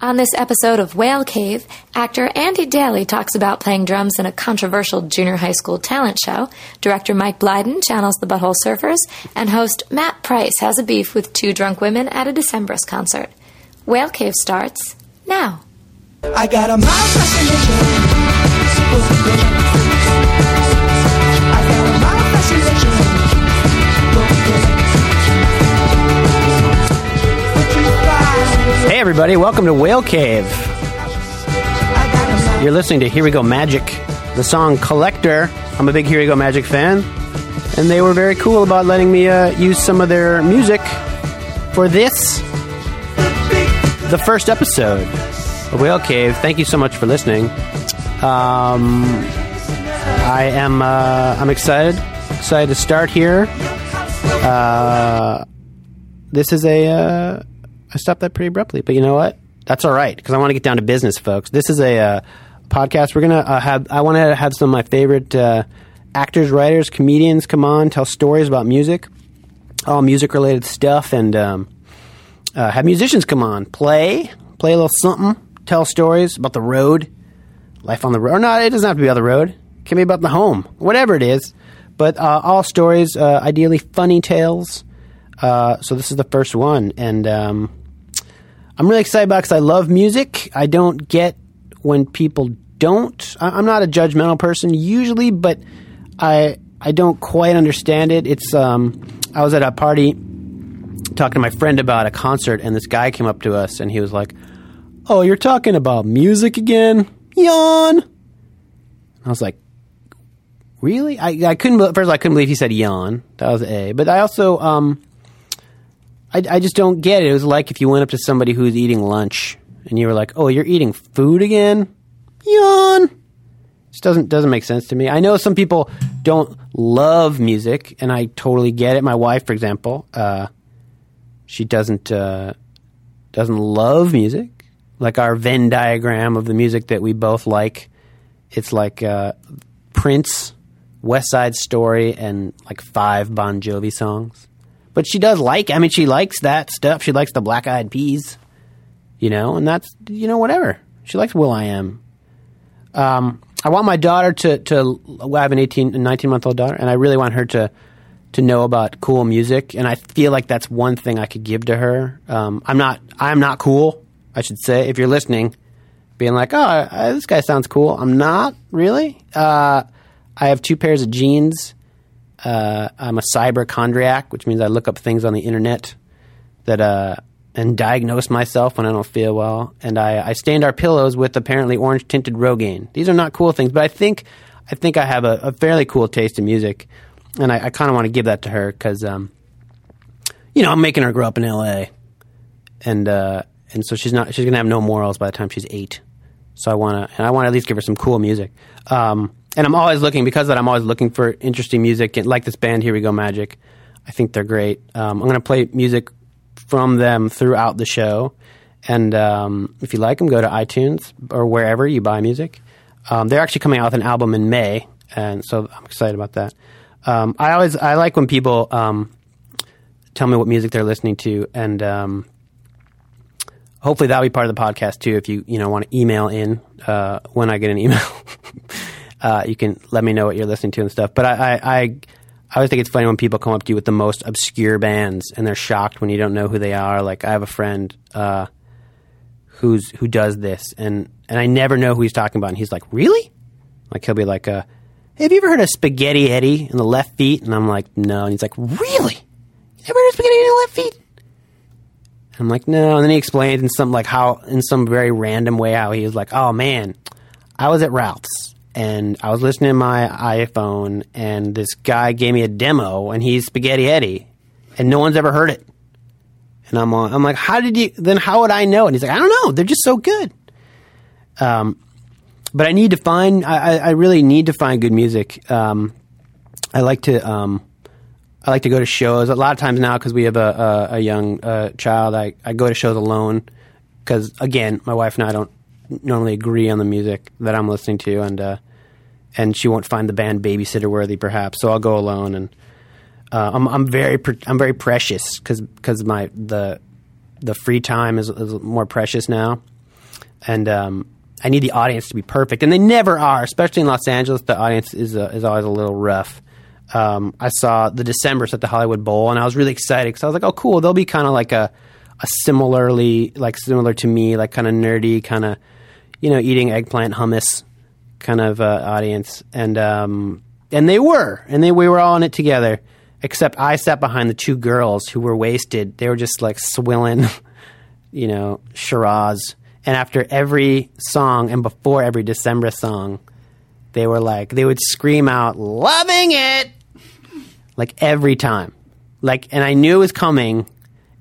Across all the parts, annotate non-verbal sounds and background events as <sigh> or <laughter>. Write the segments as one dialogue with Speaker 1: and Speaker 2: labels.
Speaker 1: On this episode of Whale Cave, actor Andy Daly talks about playing drums in a controversial junior high school talent show. Director Mike Blyden channels the Butthole Surfers, and host Matt Price has a beef with two drunk women at a Decembrist concert. Whale Cave starts now.
Speaker 2: I got a mild fascination. I got a mild fascination. What you find?
Speaker 3: Hey, everybody, welcome to Whale Cave.
Speaker 2: I got a mild-
Speaker 3: You're listening to Here We Go Magic, the song Collector. I'm a big Here We Go Magic fan, and they were very cool about letting me uh, use some of their music for this, the first episode of Whale Cave. Thank you so much for listening. Um, I am uh, I'm excited, excited to start here. Uh, this is a uh, I stopped that pretty abruptly, but you know what? That's all right because I want to get down to business, folks. This is a uh, podcast. We're gonna uh, have I want to have some of my favorite uh, actors, writers, comedians come on, tell stories about music, all music related stuff, and um, uh, have musicians come on, play, play a little something, tell stories about the road, life on the road. Or not, it doesn't have to be on the road. It can be about the home, whatever it is. But uh, all stories, uh, ideally funny tales. Uh, so this is the first one, and um, I'm really excited about because I love music. I don't get when people don't. I- I'm not a judgmental person usually, but I I don't quite understand it. It's um, I was at a party talking to my friend about a concert, and this guy came up to us, and he was like, "Oh, you're talking about music again? Yawn." I was like, "Really?" I, I couldn't. be- First, I couldn't believe he said yawn. That was a. But I also um, I, I just don't get it. It was like if you went up to somebody who's eating lunch and you were like, "Oh, you're eating food again?" Yawn. Just doesn't doesn't make sense to me. I know some people don't love music, and I totally get it. My wife, for example, uh, she doesn't uh, doesn't love music. Like our Venn diagram of the music that we both like, it's like uh, Prince, West Side Story, and like five Bon Jovi songs. But she does like. I mean, she likes that stuff. She likes the Black Eyed Peas, you know, and that's you know whatever. She likes Will I Am. Um, I want my daughter to to. well, I have an eighteen and nineteen month old daughter, and I really want her to to know about cool music. And I feel like that's one thing I could give to her. Um, I'm not. I'm not cool. I should say. If you're listening, being like, oh, uh, this guy sounds cool. I'm not really. Uh, I have two pairs of jeans. Uh, I'm a cyberchondriac, which means I look up things on the internet that uh, and diagnose myself when I don't feel well. And I, I stained our pillows with apparently orange tinted Rogaine. These are not cool things, but I think I think I have a, a fairly cool taste in music, and I, I kind of want to give that to her because um, you know I'm making her grow up in L.A. and uh, and so she's not she's gonna have no morals by the time she's eight. So I want to, and I want to at least give her some cool music. Um, and I'm always looking because of that I'm always looking for interesting music, and like this band, Here We Go Magic. I think they're great. Um, I'm going to play music from them throughout the show, and um, if you like them, go to iTunes or wherever you buy music. Um, they're actually coming out with an album in May, and so I'm excited about that. Um, I always I like when people um, tell me what music they're listening to, and um, hopefully that'll be part of the podcast too. If you you know want to email in uh, when I get an email, <laughs> uh, you can let me know what you're listening to and stuff. But I, I I I always think it's funny when people come up to you with the most obscure bands and they're shocked when you don't know who they are. Like I have a friend uh, who's who does this, and and I never know who he's talking about, and he's like, really? Like he'll be like, uh, hey, "Have you ever heard of Spaghetti Eddie and the Left Feet?" And I'm like, "No," and he's like, "Really? You never heard of Spaghetti Eddie and the Left Feet?" I'm like, no. And then he explained in some like how in some very random way how he was like, oh man, I was at Ralph's and I was listening to my iPhone and this guy gave me a demo and he's Spaghetti Eddie and no one's ever heard it. And I'm all, I'm like, how did you? Then how would I know? And he's like, I don't know. They're just so good. Um, but I need to find. I, I, I really need to find good music. Um, I like to. Um, I like to go to shows a lot of times now because we have a, a, a young uh, child. I, I go to shows alone because again, my wife and I don't normally agree on the music that I'm listening to, and uh, and she won't find the band babysitter worthy perhaps. So I'll go alone, and uh, I'm I'm very pre- I'm very precious because my the the free time is, is more precious now. and um, I need the audience to be perfect, and they never are. Especially in Los Angeles, the audience is uh, is always a little rough. Um, I saw the December's at the Hollywood Bowl, and I was really excited because I was like, "Oh, cool! They'll be kind of like a, a similarly like similar to me, like kind of nerdy, kind of you know eating eggplant hummus kind of uh, audience." And um, and they were, and they we were all in it together. Except I sat behind the two girls who were wasted. They were just like swilling. <laughs> you know, Shiraz. And after every song and before every December song, they were like, they would scream out, loving it, like every time. Like, and I knew it was coming.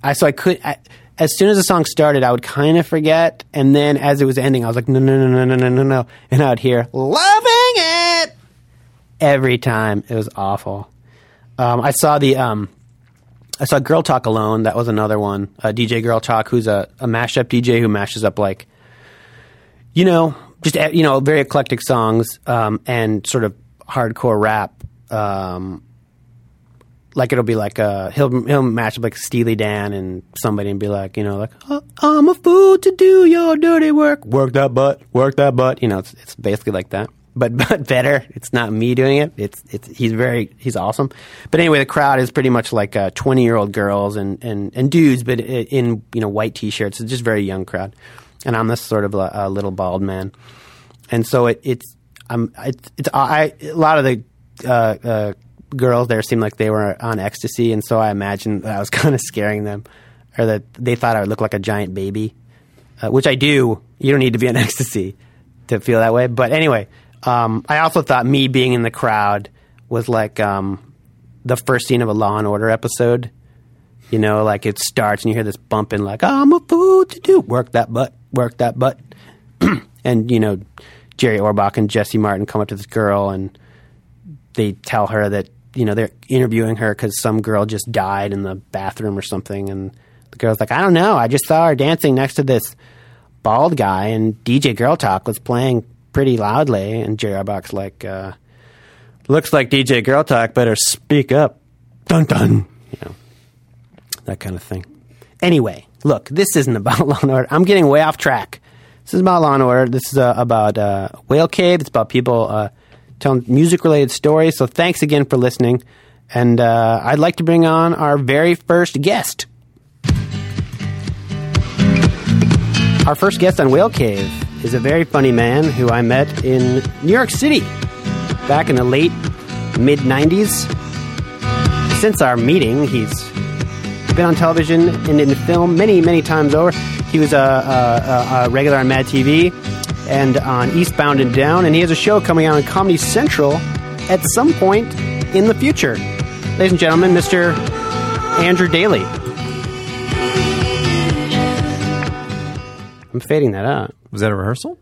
Speaker 3: I, so I could, I, as soon as the song started, I would kind of forget. And then as it was ending, I was like, no, no, no, no, no, no, no, no. And I would hear, loving it, every time. It was awful. Um, I saw the, um, I saw Girl Talk Alone. That was another one. Uh, DJ Girl Talk, who's a, a mashup DJ who mashes up like, you know, just uh, you know, very eclectic songs um, and sort of hardcore rap. Um, like it'll be like uh, he'll he'll match up like Steely Dan and somebody and be like, you know, like "Oh, I'm a fool to do your dirty work. Work that butt, work that butt. You know, it's it's basically like that. But <laughs> but better. It's not me doing it. It's it's he's very he's awesome. But anyway, the crowd is pretty much like uh, twenty year old girls and, and, and dudes, but i- in you know white t shirts. It's just very young crowd. And I'm this sort of a, a little bald man and so it, it's I'm it's, it's I a lot of the uh, uh, girls there seemed like they were on ecstasy, and so I imagined that I was <laughs> kind of scaring them, or that they thought I would look like a giant baby, uh, which I do. You don't need to be on <laughs> ecstasy to feel that way. But anyway, um, I also thought me being in the crowd was like um, the first scene of a Law and Order episode. You know, like it starts and you hear this bumping, like I'm a fool to do work that butt, work that butt and you know Jerry Orbach and Jesse Martin come up to this girl and they tell her that you know they're interviewing her because some girl just died in the bathroom or something, and the girl's like, I don't know, I just saw her dancing next to this bald guy, and DJ Girl Talk was playing pretty loudly, and Jerry Orbach's like, uh, looks like DJ Girl Talk better speak up, dun dun, you know that kind of thing. Anyway, look, this isn't <laughs> about Law and Order. I'm getting way off track. This is about Law and Order. This is uh, about uh, Whale Cave. It's about people uh, telling music related stories. So thanks again for listening. And uh, I'd like to bring on our very first guest. Our first guest on Whale Cave is a very funny man who I met in New York City back in the late mid 90s. Since our meeting, he's been on television and in film many, many times over. He was a, a, a, a regular on Mad TV and on Eastbound and Down, and he has a show coming out on Comedy Central at some point in the future. Ladies and gentlemen, Mr. Andrew Daly. I'm fading that out.
Speaker 4: Was that a rehearsal?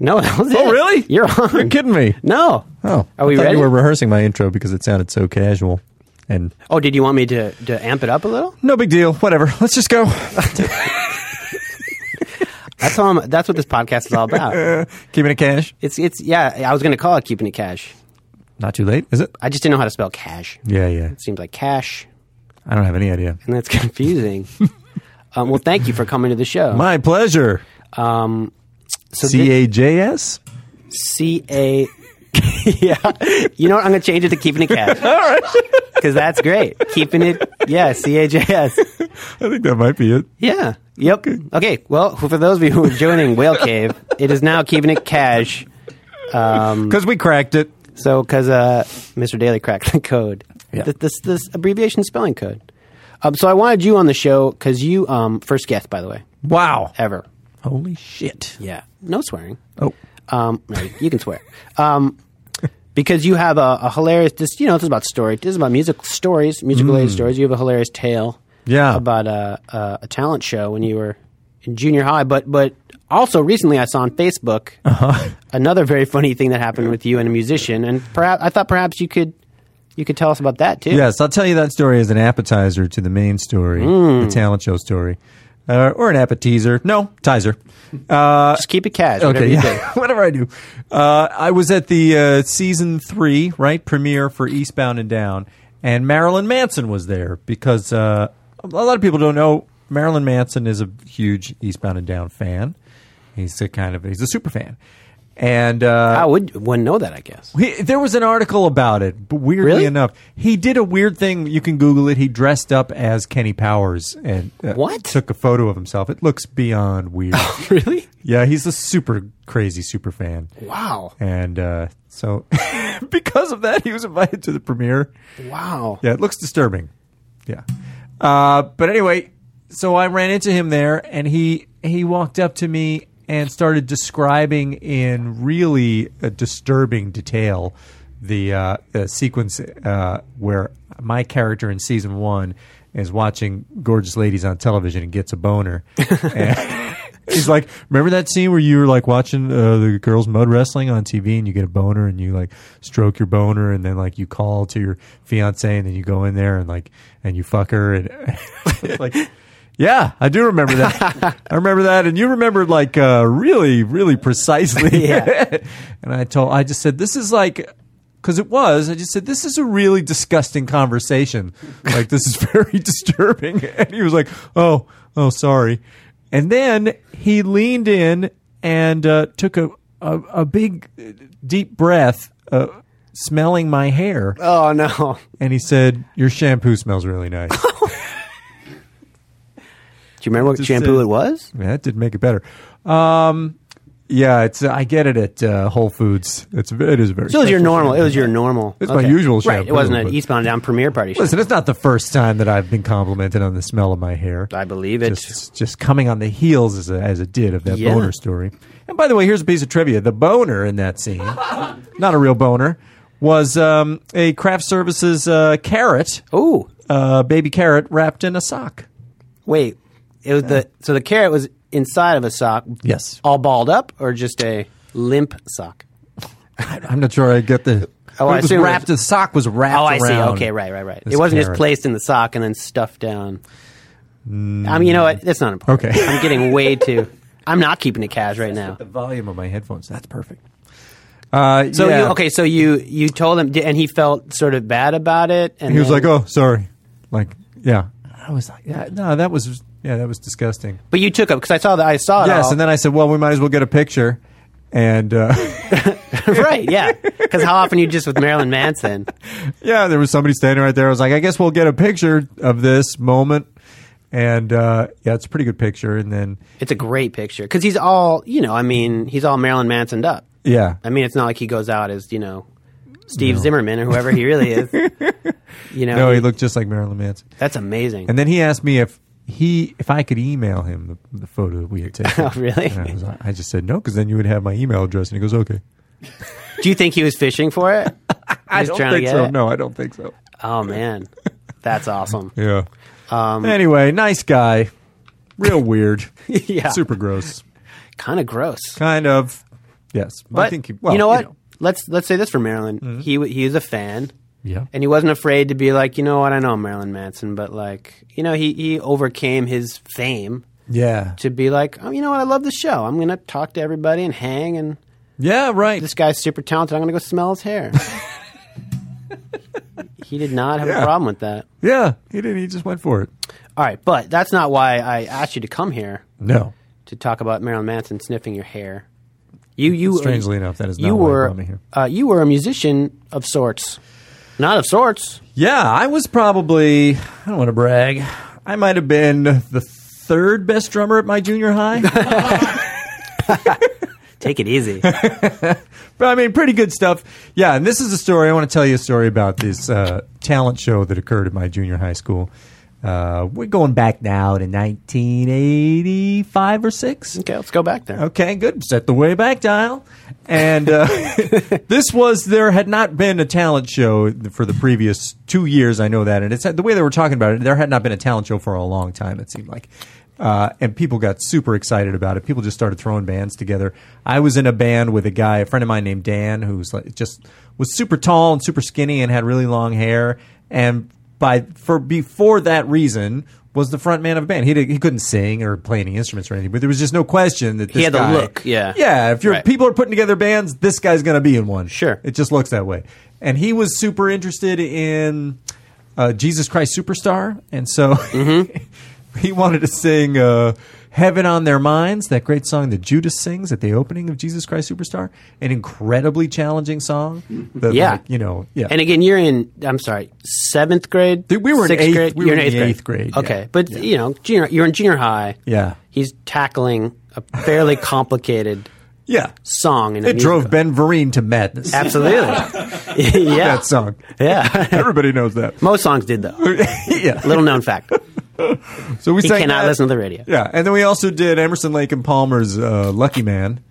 Speaker 3: No, <laughs> that was
Speaker 4: Oh,
Speaker 3: it.
Speaker 4: really?
Speaker 3: You're on.
Speaker 4: You're kidding me.
Speaker 3: No.
Speaker 4: Oh,
Speaker 3: Are
Speaker 4: I
Speaker 3: we
Speaker 4: thought
Speaker 3: ready?
Speaker 4: You were rehearsing my intro because it sounded so casual, and
Speaker 3: Oh, did you want me to, to amp it up a little?
Speaker 4: no big deal. Whatever. Let's just go.
Speaker 3: That's all. I'm- that's what this podcast is all
Speaker 4: <laughs>
Speaker 3: about.
Speaker 4: <laughs> Keeping it cash.
Speaker 3: It's it's yeah. I was going to call it keeping it cash.
Speaker 4: Not too late, is it?
Speaker 3: I just didn't know how to spell cash.
Speaker 4: Yeah, yeah.
Speaker 3: It seems like cash,
Speaker 4: I don't have any idea.
Speaker 3: and that's <laughs> confusing. um, well, thank you for coming to the show.
Speaker 4: My pleasure.
Speaker 3: um, so
Speaker 4: C A J S.
Speaker 3: C A. <laughs> yeah, you know what? I'm going to change it to keeping it
Speaker 4: <laughs>
Speaker 3: cash. All right, because that's great. Keeping it, yeah. C A J S.
Speaker 4: I think that might be it.
Speaker 3: Yeah. Yep. Okay. Well, for those of you who are joining Whale Cave, it is now keeping it cash.
Speaker 4: Because we cracked it.
Speaker 3: So, because uh, Mr. Daly cracked the code,
Speaker 4: Yeah.
Speaker 3: Th- this, this abbreviation spelling code. Um, so I wanted you on the show because you um, first guest, by the way,
Speaker 4: Wow.
Speaker 3: ever.
Speaker 4: Holy shit.
Speaker 3: Yeah. No swearing.
Speaker 4: Oh.
Speaker 3: Um, no, you can swear. Um, because you have a, a hilarious. This you know this is about story. This is about music stories, music related stories. You have a hilarious tale.
Speaker 4: Mm. Yeah.
Speaker 3: About a, a, a talent show when you were in junior high, but but also recently I saw on Facebook
Speaker 4: Uh-huh.
Speaker 3: another very funny thing that happened with you and a musician, and perhaps I thought perhaps you could you could tell us about that too.
Speaker 4: Yes, I'll tell you that story as an appetizer to the main story, the talent show story, uh, or an appetizer. No, tizer.
Speaker 3: Just keep it cash. Whatever you do.
Speaker 4: <laughs> whatever I do. Uh, I was at the uh, season three right premiere for Eastbound and Down, and Marilyn Manson was there because uh, a lot of people don't know Marilyn Manson is a huge Eastbound and Down fan, He's a kind of he's a super fan, and uh,
Speaker 3: I would wouldn't know that, I guess.
Speaker 4: <laughs> he, there was an article about it. But weirdly
Speaker 3: Really?
Speaker 4: enough, he did a weird thing. You can Google it. He dressed up as Kenny Powers and uh,
Speaker 3: What? Oh,
Speaker 4: took a photo of himself. It looks beyond weird.
Speaker 3: Really?
Speaker 4: yeah, he's a super crazy super fan.
Speaker 3: Wow.
Speaker 4: And uh, so, <laughs> because of that, he was invited to the premiere.
Speaker 3: Wow.
Speaker 4: Yeah, it looks disturbing. Yeah. Uh, but anyway, so I ran into him there, and he he walked up to me and started describing in really uh, disturbing detail the uh, uh, sequence uh, where my character in season one is watching gorgeous ladies on television and gets a boner. And He's like, remember that scene where you were like watching uh, the girls mud wrestling on TV, and you get a boner, and you like stroke your boner, and then like you call to your fiance, and then you go in there and like and you fuck her, and <laughs> it's like, yeah, I do remember that. I remember that, and you remembered like uh, really, really precisely.
Speaker 3: Yeah.
Speaker 4: <laughs> and I told, I just said, this is like. Because it was, I just said, this is a really disgusting conversation. Like, this is <laughs> very disturbing. <laughs> And he was like, oh, oh, sorry. And then he leaned in and uh, took a, a, a big, uh, deep breath, uh, smelling my hair.
Speaker 3: Oh no.
Speaker 4: And he said, your shampoo smells really nice.
Speaker 3: Do you remember what
Speaker 4: Just
Speaker 3: shampoo
Speaker 4: says-
Speaker 3: it was?
Speaker 4: Yeah, that did make it better. Um, yeah, it's I get it at uh, Whole Foods. It's it is very.
Speaker 3: So it was your
Speaker 4: special
Speaker 3: normal. It
Speaker 4: shampoo.
Speaker 3: was your normal.
Speaker 4: It's my usual
Speaker 3: Right. It
Speaker 4: shampoo,
Speaker 3: wasn't an
Speaker 4: but-
Speaker 3: Eastbound and Down premiere party. shampoo.
Speaker 4: Listen, it's not the first time that I've been complimented on the smell of my hair.
Speaker 3: I believe it.
Speaker 4: Just, just coming on the heels as, a, as it did of that
Speaker 3: Yeah.
Speaker 4: boner story. And by the way, here's a piece of trivia: the boner in that
Speaker 3: <laughs>
Speaker 4: scene, not a real boner, was um, a craft services uh, carrot,
Speaker 3: Oh
Speaker 4: uh, baby carrot wrapped in a sock.
Speaker 3: wait, it was the so the carrot was inside of a sock.
Speaker 4: Yes.
Speaker 3: all balled up or just a limp sock.
Speaker 4: I'm not sure I get the.
Speaker 3: Oh,
Speaker 4: it
Speaker 3: I
Speaker 4: was
Speaker 3: assume it
Speaker 4: wrapped.
Speaker 3: was-
Speaker 4: the sock was wrapped.
Speaker 3: Oh, I see.
Speaker 4: around
Speaker 3: Okay, right, right, right.
Speaker 4: this
Speaker 3: It wasn't just
Speaker 4: carrot.
Speaker 3: placed in the sock and then stuffed down. I mean, you know what? That's not important.
Speaker 4: Mm. Okay.
Speaker 3: I'm getting way
Speaker 4: <laughs>
Speaker 3: too. I'm not keeping it cash right now.
Speaker 4: The volume of my headphones. That's perfect. Uh,
Speaker 3: So
Speaker 4: yeah.
Speaker 3: you okay? So you you told him, and he felt sort of bad about it. And
Speaker 4: He was
Speaker 3: then-
Speaker 4: like, "Oh, sorry." Like, yeah. I was like, "Yeah, no, that was yeah, that was disgusting."
Speaker 3: but you took up because I saw that I saw it.
Speaker 4: Yes,
Speaker 3: all.
Speaker 4: and then I said, "Well, we might as well get a picture." And uh, <laughs>
Speaker 3: <laughs> right, yeah, because how often you just with Marilyn Manson?
Speaker 4: yeah, there was somebody standing right there. I was like, "I guess we'll get a picture of this moment." And uh, yeah, it's a pretty good picture. And then
Speaker 3: It's a great picture because he's all you know. I mean, he's all Marilyn Mansoned up.
Speaker 4: yeah,
Speaker 3: I mean, it's not like he goes out as you know Steve Zimmerman or whoever he really
Speaker 4: <laughs>
Speaker 3: is. you know,
Speaker 4: no, he looked just like Marilyn Manson.
Speaker 3: that's amazing.
Speaker 4: And then he asked me if he if I could email him the, the photo that we had taken.
Speaker 3: Oh, really?
Speaker 4: And I, was like- I just said no because then you would have my email address. And he goes, "Okay."
Speaker 3: Do you think he was fishing for it?
Speaker 4: I
Speaker 3: Just
Speaker 4: don't
Speaker 3: trying to
Speaker 4: think
Speaker 3: get
Speaker 4: so.
Speaker 3: it?
Speaker 4: No, I don't think so.
Speaker 3: Oh man, that's awesome.
Speaker 4: Yeah. anyway, nice guy. Real weird.
Speaker 3: Yeah.
Speaker 4: Super gross.
Speaker 3: Kind of gross.
Speaker 4: Kind of. Yes.
Speaker 3: But
Speaker 4: I think he, well, Mm-hmm.
Speaker 3: you know what? Let's let's say this for Marilyn. He w- he was a fan.
Speaker 4: Yeah.
Speaker 3: And he wasn't afraid to be like, you know what? I know I'm Marilyn Manson, but like, you know, he he overcame his fame
Speaker 4: yeah.
Speaker 3: to be like, oh, you know what? I love the show. I'm gonna talk to everybody and hang. And
Speaker 4: Yeah, right.
Speaker 3: this guy's super talented. I'm gonna go smell his <laughs> hair. he did not have
Speaker 4: Yeah.
Speaker 3: a problem with that.
Speaker 4: yeah. He didn't. He just went for it.
Speaker 3: All right, but that's not why I asked you to come here.
Speaker 4: No.
Speaker 3: to talk about Marilyn Manson sniffing your hair. You, you,
Speaker 4: Strangely enough, that is not
Speaker 3: you
Speaker 4: why you
Speaker 3: were
Speaker 4: brought me here.
Speaker 3: Uh, you were a musician of sorts, not of sorts.
Speaker 4: Yeah, I was probably, I don't want to brag, I might have been the third best drummer at my junior high.
Speaker 3: Take it <laughs> easy.
Speaker 4: But I mean, pretty good stuff. Yeah, and this is a story. I want to tell you a story about this uh, talent show that occurred at my junior high school. Uh, we're going back now to 1985 or six.
Speaker 3: okay, let's go back there.
Speaker 4: Okay, good. Set the way back dial. And uh, this was there had not been a talent show for the previous two years. I know that, and it's the way they were talking about it. There had not been a talent show for a long time. It seemed like, uh, and people got super excited about it. People just started throwing bands together. I was in a band with a guy, a friend of mine named Dan, who's like just was super tall and super skinny and had really long hair. And by for before that reason. Was the front man of a band. He, did, he couldn't sing or play any instruments or anything, but there was just no question that
Speaker 3: He
Speaker 4: this
Speaker 3: had the
Speaker 4: guy-
Speaker 3: look, yeah.
Speaker 4: yeah. If your
Speaker 3: Right.
Speaker 4: people are putting together bands, this guy's going to be in one.
Speaker 3: Sure.
Speaker 4: it just looks that way. And he was super interested in
Speaker 3: Mm-hmm.
Speaker 4: <laughs> uh, Jesus Christ Superstar, and so he wanted to sing uh, Heaven on Their Minds, that great song that Judas sings at the opening of Jesus Christ Superstar, an incredibly challenging song. The,
Speaker 3: Yeah.
Speaker 4: like, you know, yeah.
Speaker 3: And again, you're in. I'm sorry, seventh grade.
Speaker 4: Dude, we were in
Speaker 3: sixth
Speaker 4: eighth-
Speaker 3: grade.
Speaker 4: we
Speaker 3: you're
Speaker 4: were
Speaker 3: in eighth,
Speaker 4: in the
Speaker 3: grade.
Speaker 4: eighth grade, yeah.
Speaker 3: Okay, but you know, junior, you're in junior high.
Speaker 4: yeah.
Speaker 3: He's tackling a fairly
Speaker 4: <laughs>
Speaker 3: complicated
Speaker 4: Yeah.
Speaker 3: song. In a
Speaker 4: It drove
Speaker 3: musical.
Speaker 4: Ben Vereen to madness.
Speaker 3: absolutely. <laughs> yeah,
Speaker 4: <laughs> That song.
Speaker 3: <laughs> yeah.
Speaker 4: Everybody knows that.
Speaker 3: Most songs did though.
Speaker 4: <laughs> yeah.
Speaker 3: Little known fact. <laughs>
Speaker 4: So we
Speaker 3: He
Speaker 4: sang
Speaker 3: cannot
Speaker 4: that.
Speaker 3: listen to the radio.
Speaker 4: Yeah, and then we also did Emerson Lake and Palmer's uh,
Speaker 3: <laughs>
Speaker 4: "Lucky Man,"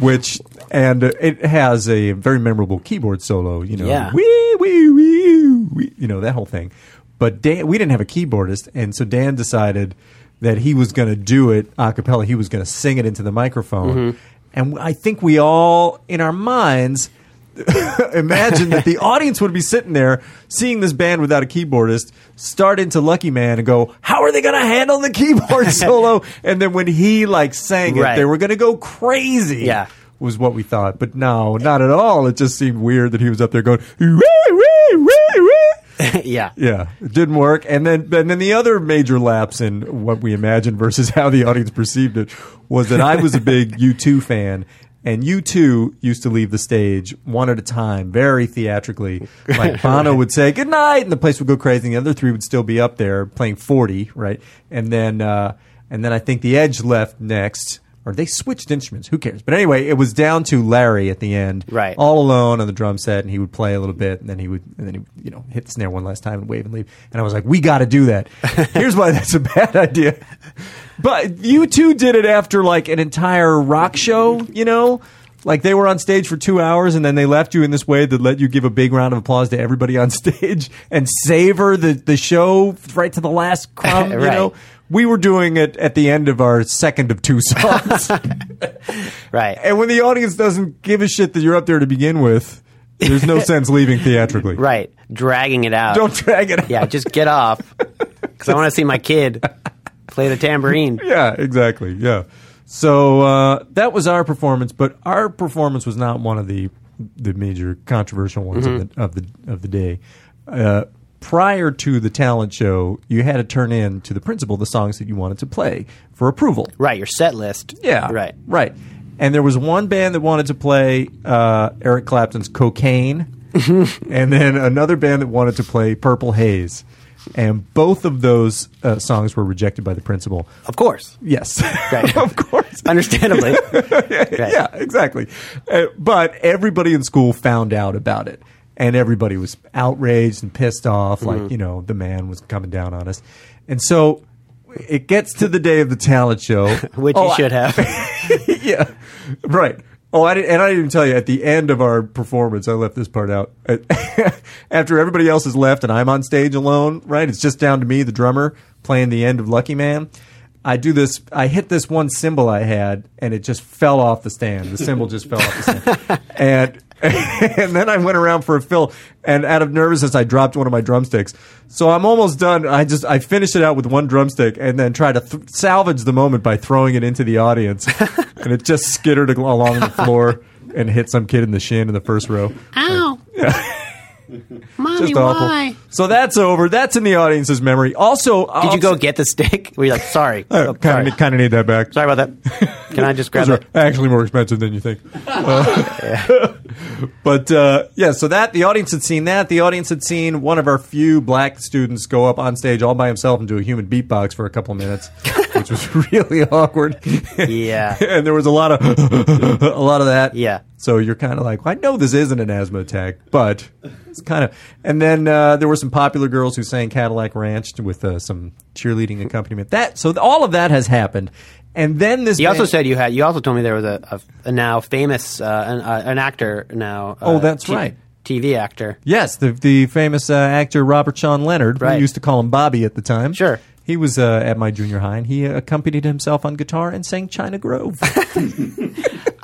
Speaker 4: which and uh, it has a very memorable keyboard solo. You know,
Speaker 3: Yeah.
Speaker 4: wee, wee, wee, wee, you know that whole thing. But Dan, we didn't have a keyboardist, and so Dan decided that he was going to do it a cappella. He was going to sing it into the
Speaker 3: Mm-hmm.
Speaker 4: microphone, and I think we all, in our minds. <laughs> imagine that the audience would be sitting there seeing this band without a keyboardist start into Lucky Man and go, How are they going to handle
Speaker 3: <laughs>
Speaker 4: the keyboard solo? And then when he like sang it,
Speaker 3: Right.
Speaker 4: they were going to go crazy.
Speaker 3: Yeah.
Speaker 4: Was what we thought. But no, not at all. It just seemed weird that he was up there going, "Wee, wee, wee, wee."
Speaker 3: yeah.
Speaker 4: Yeah, it didn't work. And then, and then the other major lapse in what we imagined versus how the audience perceived it was that I was a big U2 fan, and U2 used to leave the stage one at a time, very theatrically. Like Bono would say good night, and the place would go crazy. And the other three would still be up there playing forty, right? And then, uh, and then I think the Edge left next. Or they switched instruments. Who cares? But anyway, it was down to Larry at the end,
Speaker 3: Right.
Speaker 4: All all alone on the drum set, and he would play a little bit, and then he would, and then he, would, you know, hit the snare one last time and wave and leave. And I was like, "We got to do that." Here's why that's a bad idea. But you two did it after like an entire rock show, you know, like they were on stage for two hours, and then they left you in this way that let you give a big round of applause to everybody on <laughs> stage and savor the the show right to the last crumb, you
Speaker 3: Right.
Speaker 4: know. We were doing it at the end of our second of two songs.
Speaker 3: Right.
Speaker 4: And when the audience doesn't give a shit that you're up there to begin with, there's
Speaker 3: <laughs>
Speaker 4: no sense leaving theatrically.
Speaker 3: Right. Dragging it out.
Speaker 4: Don't drag it out.
Speaker 3: yeah, just get off. Because I want to see my kid play the tambourine.
Speaker 4: <laughs> <laughs> Yeah, exactly. Yeah. So uh, that was our performance, but our performance was not one of the the major controversial ones
Speaker 3: Mm-hmm.
Speaker 4: of, the, of the of the day. Uh, prior to the talent show, you had to turn in to the principal the songs that you wanted to play for approval.
Speaker 3: Right. Your set list.
Speaker 4: Yeah.
Speaker 3: Right.
Speaker 4: Right. And there was one band that wanted to play uh, Eric
Speaker 3: <laughs>
Speaker 4: Clapton's Cocaine, and then another band that wanted to play Purple Haze. And both of those uh, songs were rejected by the principal.
Speaker 3: Of course.
Speaker 4: Yes.
Speaker 3: Right.
Speaker 4: <laughs> of course.
Speaker 3: Understandably.
Speaker 4: Yeah, exactly. Uh, but everybody in school found out about it. And everybody was outraged and pissed off, like,
Speaker 3: Mm-hmm.
Speaker 4: you know, the man was coming down on us. And so it gets to the day of the
Speaker 3: <laughs>
Speaker 4: talent show.
Speaker 3: <laughs> Which
Speaker 4: Oh,
Speaker 3: you
Speaker 4: I-
Speaker 3: should
Speaker 4: <laughs>
Speaker 3: have.
Speaker 4: yeah, right. Oh, I didn't, and I didn't even tell you at the end of our performance. I left this part out. <laughs> After everybody else has left and I'm on stage alone, right? It's just down to me, the drummer, playing the end of Lucky Man. I do this. I hit this one cymbal I had, and it just fell off the stand. The cymbal just fell off the stand, and <laughs> and then I went around for a fill, and out of nervousness, I dropped one of my drumsticks. So I'm almost done. I just I finish it out with one drumstick, and then try to th- salvage the moment by throwing it into the audience, and it just skittered al- along the floor and hit some kid in the shin in the first row. <laughs>
Speaker 5: Ow. Mommy,
Speaker 4: Just awful.
Speaker 5: why?
Speaker 4: So that's over. That's in the audience's memory. Also,
Speaker 3: Did you go get the stick? Were you like, sorry. Oh,
Speaker 4: Kind
Speaker 3: sorry.
Speaker 4: of kind of need that back.
Speaker 3: sorry about
Speaker 4: <laughs>
Speaker 3: that. Can I just grab
Speaker 4: Those
Speaker 3: it?
Speaker 4: are actually more expensive than
Speaker 3: <laughs>
Speaker 4: you think. Uh, but uh, yeah, so that the audience had seen that. The audience had seen one of our few black students go up on stage all by himself and do a human beatbox for a couple
Speaker 3: <laughs>
Speaker 4: of minutes, which was really awkward.
Speaker 3: Yeah.
Speaker 4: <laughs> and there was a lot of a lot of that.
Speaker 3: Yeah.
Speaker 4: So you're kind of like, well, I know this isn't an asthma attack, but it's kind of. And then uh, there were some popular girls who sang Cadillac Ranch with uh, some cheerleading accompaniment. That so all of that has happened. And then this.
Speaker 3: You also
Speaker 4: band-
Speaker 3: said you had. You also told me there was a, a, a now famous uh, an, uh, an actor now. Uh,
Speaker 4: Oh, that's
Speaker 3: T-
Speaker 4: right.
Speaker 3: TV actor.
Speaker 4: Yes, the the famous uh, actor Robert Sean Leonard.
Speaker 3: Right.
Speaker 4: We used to call him Bobby at the time.
Speaker 3: Sure.
Speaker 4: He was uh, at my junior high, and he uh, accompanied himself on guitar and sang
Speaker 3: <laughs>
Speaker 4: China Grove.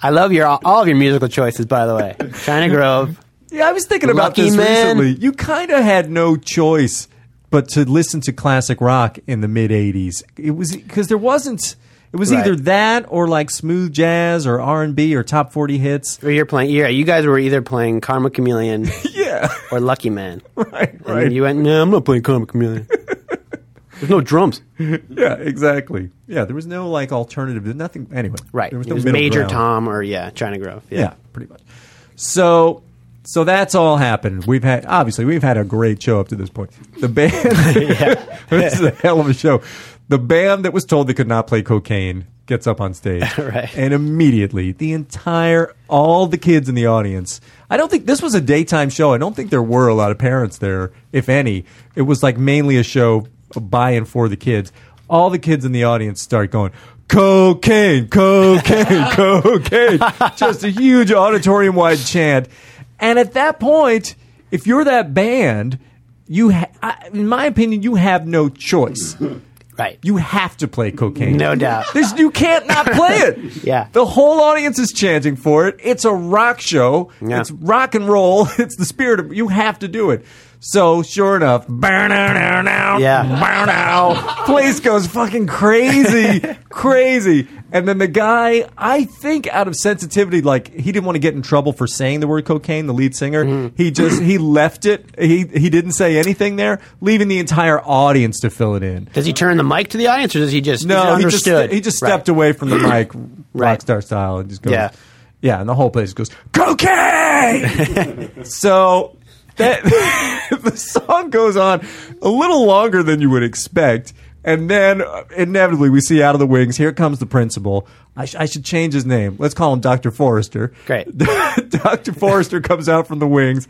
Speaker 3: I love your all of your musical choices, by the
Speaker 4: <laughs>
Speaker 3: way. China Grove.
Speaker 4: yeah, I was thinking about
Speaker 3: Lucky
Speaker 4: this
Speaker 3: man.
Speaker 4: recently. You kind of had no choice but to listen to classic rock in the mid '80s. It was because there wasn't. It was
Speaker 3: Right.
Speaker 4: either that or like smooth jazz or R and B or top forty hits. <laughs>
Speaker 3: You're playing. Yeah, you guys were either playing Karma Chameleon
Speaker 4: Yeah,
Speaker 3: or Lucky Man.
Speaker 4: <laughs> right,
Speaker 3: And
Speaker 4: right. <laughs>
Speaker 3: you went, no, I'm not playing Comic Chameleon. There's no drums.
Speaker 4: yeah, exactly. Yeah, there was no like alternative. Nothing. Anyway,
Speaker 3: Right.
Speaker 4: There was
Speaker 3: it
Speaker 4: no
Speaker 3: was
Speaker 4: middle
Speaker 3: Major
Speaker 4: ground.
Speaker 3: Tom or yeah, China Grove. Yeah.
Speaker 4: Yeah. pretty much. So, so that's all happened. We've had obviously we've had a great show up to this point. The band, <laughs> this is a hell of a show. The band that was told they could not play cocaine gets up on stage,
Speaker 3: Right.
Speaker 4: and immediately the entire all the kids in the audience. I don't think this was a daytime show. I don't think there were a lot of parents there, if any. It was like mainly a show by and for the kids. All the kids in the audience start going, cocaine, cocaine, cocaine. Just a huge auditorium wide chant. And at that point, if you're that band, you, ha- I, in my opinion, you have no choice.
Speaker 3: Right.
Speaker 4: You have to play cocaine.
Speaker 3: No doubt.
Speaker 4: There's, you can't not play it.
Speaker 3: <laughs> Yeah.
Speaker 4: The whole audience is chanting for it. It's a rock show.
Speaker 3: Yeah.
Speaker 4: It's rock and roll. <laughs> It's the spirit of you have to do it. So sure enough, <laughs>
Speaker 3: Yeah.
Speaker 4: yeah. place goes
Speaker 3: <laughs>
Speaker 4: fucking crazy, crazy. And then the guy, I think out of sensitivity, like he didn't want to get in trouble for saying the word cocaine, the lead singer,
Speaker 3: Mm.
Speaker 4: he just he left it. He he didn't say anything there, leaving the entire audience to fill it in.
Speaker 3: Does he turn the mic to the audience or does he just is it
Speaker 4: No, he just
Speaker 3: understood?
Speaker 4: he just
Speaker 3: Right.
Speaker 4: stepped away from
Speaker 3: <clears throat>
Speaker 4: the mic,
Speaker 3: Right.
Speaker 4: rock star style, and just goes,
Speaker 3: Yeah.
Speaker 4: yeah, and the whole place goes
Speaker 3: <laughs>
Speaker 4: cocaine. so that <laughs> the song goes on a little longer than you would expect, and then uh, inevitably we see out of the wings. Here comes the principal. I, sh- I should change his name. Let's call him Doctor Forrester. <laughs>
Speaker 3: Great.
Speaker 4: Dr. Forrester comes out from the wings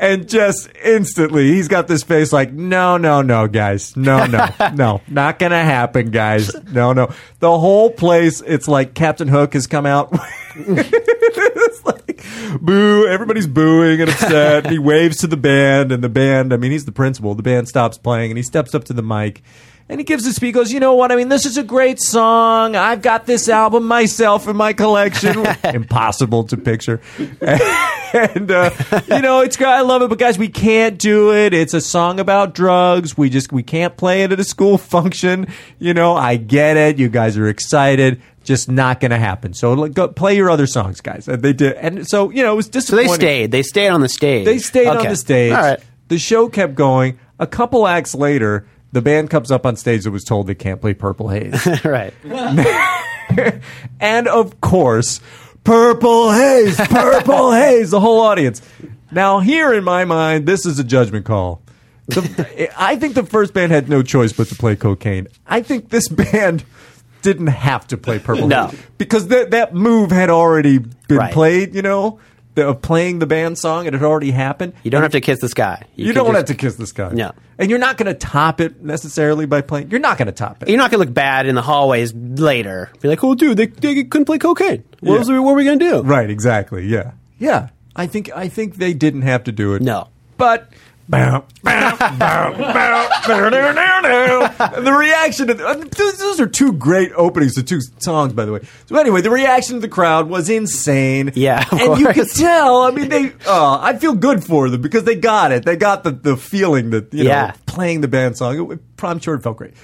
Speaker 4: and just instantly he's got this face like, no, no, no, guys. No, no, no. Not going to happen, guys. No, no. The whole place, it's like Captain Hook has come out. it's <laughs> like, boo. Everybody's booing and upset. he waves to the band, and the band, I mean, he's the principal. The band stops playing and he steps up to the mic. And he gives his speech, goes, You know what? I mean, this is a great song. I've got this album myself in my collection. Impossible to picture. and, uh, <laughs> you know, it's great. I love it, but guys, we can't do it. It's a song about drugs. We just, we can't play it at a school <laughs> function. You know, I get it. You guys are excited. Just not going to happen. So like, go, play your other songs, guys. And they did. And so, you know, it was
Speaker 3: So they
Speaker 4: disappointing.
Speaker 3: stayed. They stayed on the stage.
Speaker 4: They stayed on
Speaker 3: Okay.
Speaker 4: the stage.
Speaker 3: All right. <laughs>
Speaker 4: The show kept going. A couple acts later, the band comes up on stage that was told they can't play Purple Haze.
Speaker 3: All right.
Speaker 4: and of course,
Speaker 3: <laughs>
Speaker 4: Purple Haze, Purple Haze, the whole audience. Now, here in my mind, this is a judgment call. The, <laughs> I think the first band had no choice but to play cocaine. I think this <laughs> band didn't have to play Purple
Speaker 3: No.
Speaker 4: Haze because that that move had already been
Speaker 3: Right.
Speaker 4: played. You know, the, of playing the band song, it had already happened.
Speaker 3: You don't have to kiss the sky.
Speaker 4: You,
Speaker 3: can
Speaker 4: don't
Speaker 3: just-
Speaker 4: have to kiss this guy.
Speaker 3: No.
Speaker 4: and you're not going to top it necessarily by playing. You're not going to top it.
Speaker 3: You're not gonna look bad in the hallways later. Be like, oh, dude, they, they couldn't play cocaine. What
Speaker 4: Yeah.
Speaker 3: was we, what were we gonna do?
Speaker 4: Right, exactly. Yeah. Yeah. I think I think they didn't have to do it.
Speaker 3: No.
Speaker 4: But bow, bow, bow, bow, bow, dow, dow, dow. And the reaction to the, uh, those, those are two great openings to two songs by the way. So anyway, the reaction of the crowd was insane.
Speaker 3: Yeah, of
Speaker 4: and you could
Speaker 3: course. <laughs>
Speaker 4: tell. I mean, they. Uh, I feel good for them because they got it. They got the, the feeling that you
Speaker 3: Yeah.
Speaker 4: know playing the band song. It, I'm sure it felt great.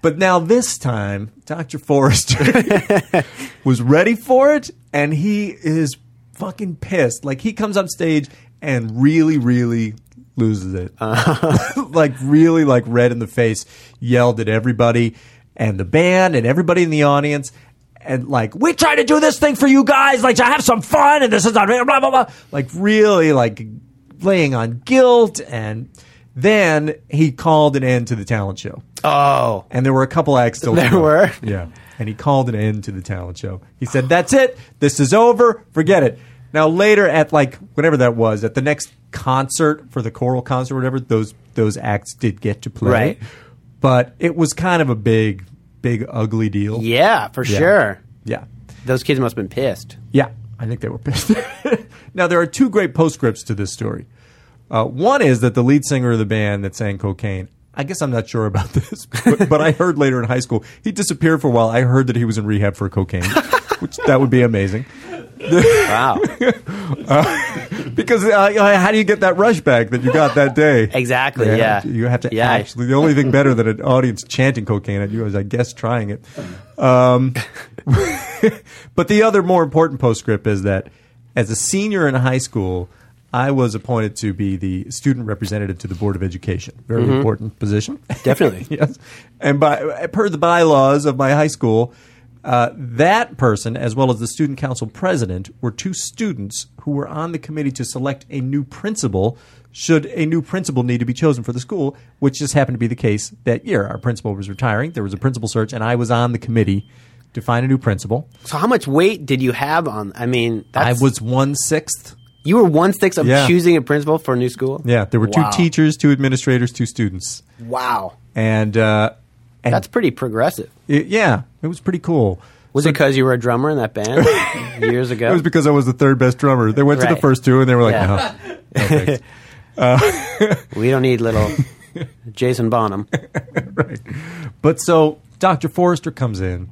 Speaker 4: But now this time,
Speaker 3: <laughs>
Speaker 4: Dr. Forrester <laughs> was ready for it, and he is fucking pissed. Like he comes on stage and really, really loses it.
Speaker 3: Uh-huh.
Speaker 4: <laughs> like really, like red in the face, yelled at everybody and the band and everybody in the audience. And like we try to do this thing for you guys, like to have some fun, and this is not blah blah blah. Like really, like laying on guilt, and then he called an end to the talent show
Speaker 3: Oh,
Speaker 4: and there were a couple acts still. to
Speaker 3: There
Speaker 4: go.
Speaker 3: were?
Speaker 4: yeah. And he called an end to the talent show. He said, "That's it. This is over. Forget it." Now later at like whatever that was at the next concert for the choral concert or whatever, those those acts did get to play,
Speaker 3: Right.
Speaker 4: but it was kind of a big, big ugly deal.
Speaker 3: yeah, for
Speaker 4: Yeah.
Speaker 3: sure.
Speaker 4: Yeah,
Speaker 3: Those kids must have been pissed.
Speaker 4: yeah, I think they were pissed. <laughs> now there are two great postscripts to this story. Uh, one is that the lead singer of the band that sang cocaine. I guess I'm not sure about <laughs> this, but, but I heard later in high school he disappeared for a while. I heard that he was in rehab for cocaine, <laughs> which that would be amazing
Speaker 3: Wow,
Speaker 4: <laughs> because uh, uh, how do you get that rush back that you got that day?
Speaker 3: <laughs> Exactly,
Speaker 4: You
Speaker 3: yeah.
Speaker 4: have to- you have to
Speaker 3: Yeah.
Speaker 4: actually. The only thing better than an audience chanting cocaine at you is, I guess, trying it. Um, <laughs> but the other more important postscript is that as a senior in high school, I was appointed to be the student representative to the Board of Education. Very
Speaker 3: Mm-hmm.
Speaker 4: important position. <laughs>
Speaker 3: Definitely.
Speaker 4: yes. And by per the bylaws of my high school, uh, that person, as well as the student council president, were two students who were on the committee to select a new principal. Should a new principal need to be chosen for the school, which just happened to be the case that year, our principal was retiring. There was a principal search, and I was on the committee to find a new principal.
Speaker 3: So how much weight did you have on? I mean, that's,
Speaker 4: I was one sixth.
Speaker 3: You were one sixth of
Speaker 4: Yeah.
Speaker 3: choosing a principal for a new school.
Speaker 4: Yeah, there were
Speaker 3: Wow.
Speaker 4: two teachers, two administrators, two students,
Speaker 3: Wow,
Speaker 4: and uh, and
Speaker 3: that's pretty progressive.
Speaker 4: it- yeah, it was pretty cool.
Speaker 3: Was it because you were a drummer in that
Speaker 4: <laughs>
Speaker 3: band years ago?
Speaker 4: It was because I was the third best drummer. They went to the
Speaker 3: Right.
Speaker 4: first two, and they were like, "Oh,
Speaker 3: Yeah.
Speaker 4: "No, no
Speaker 3: <laughs>
Speaker 4: thanks."
Speaker 3: we don't need
Speaker 4: <laughs>
Speaker 3: little Jason Bonham.
Speaker 4: But so Dr. Forrester comes in.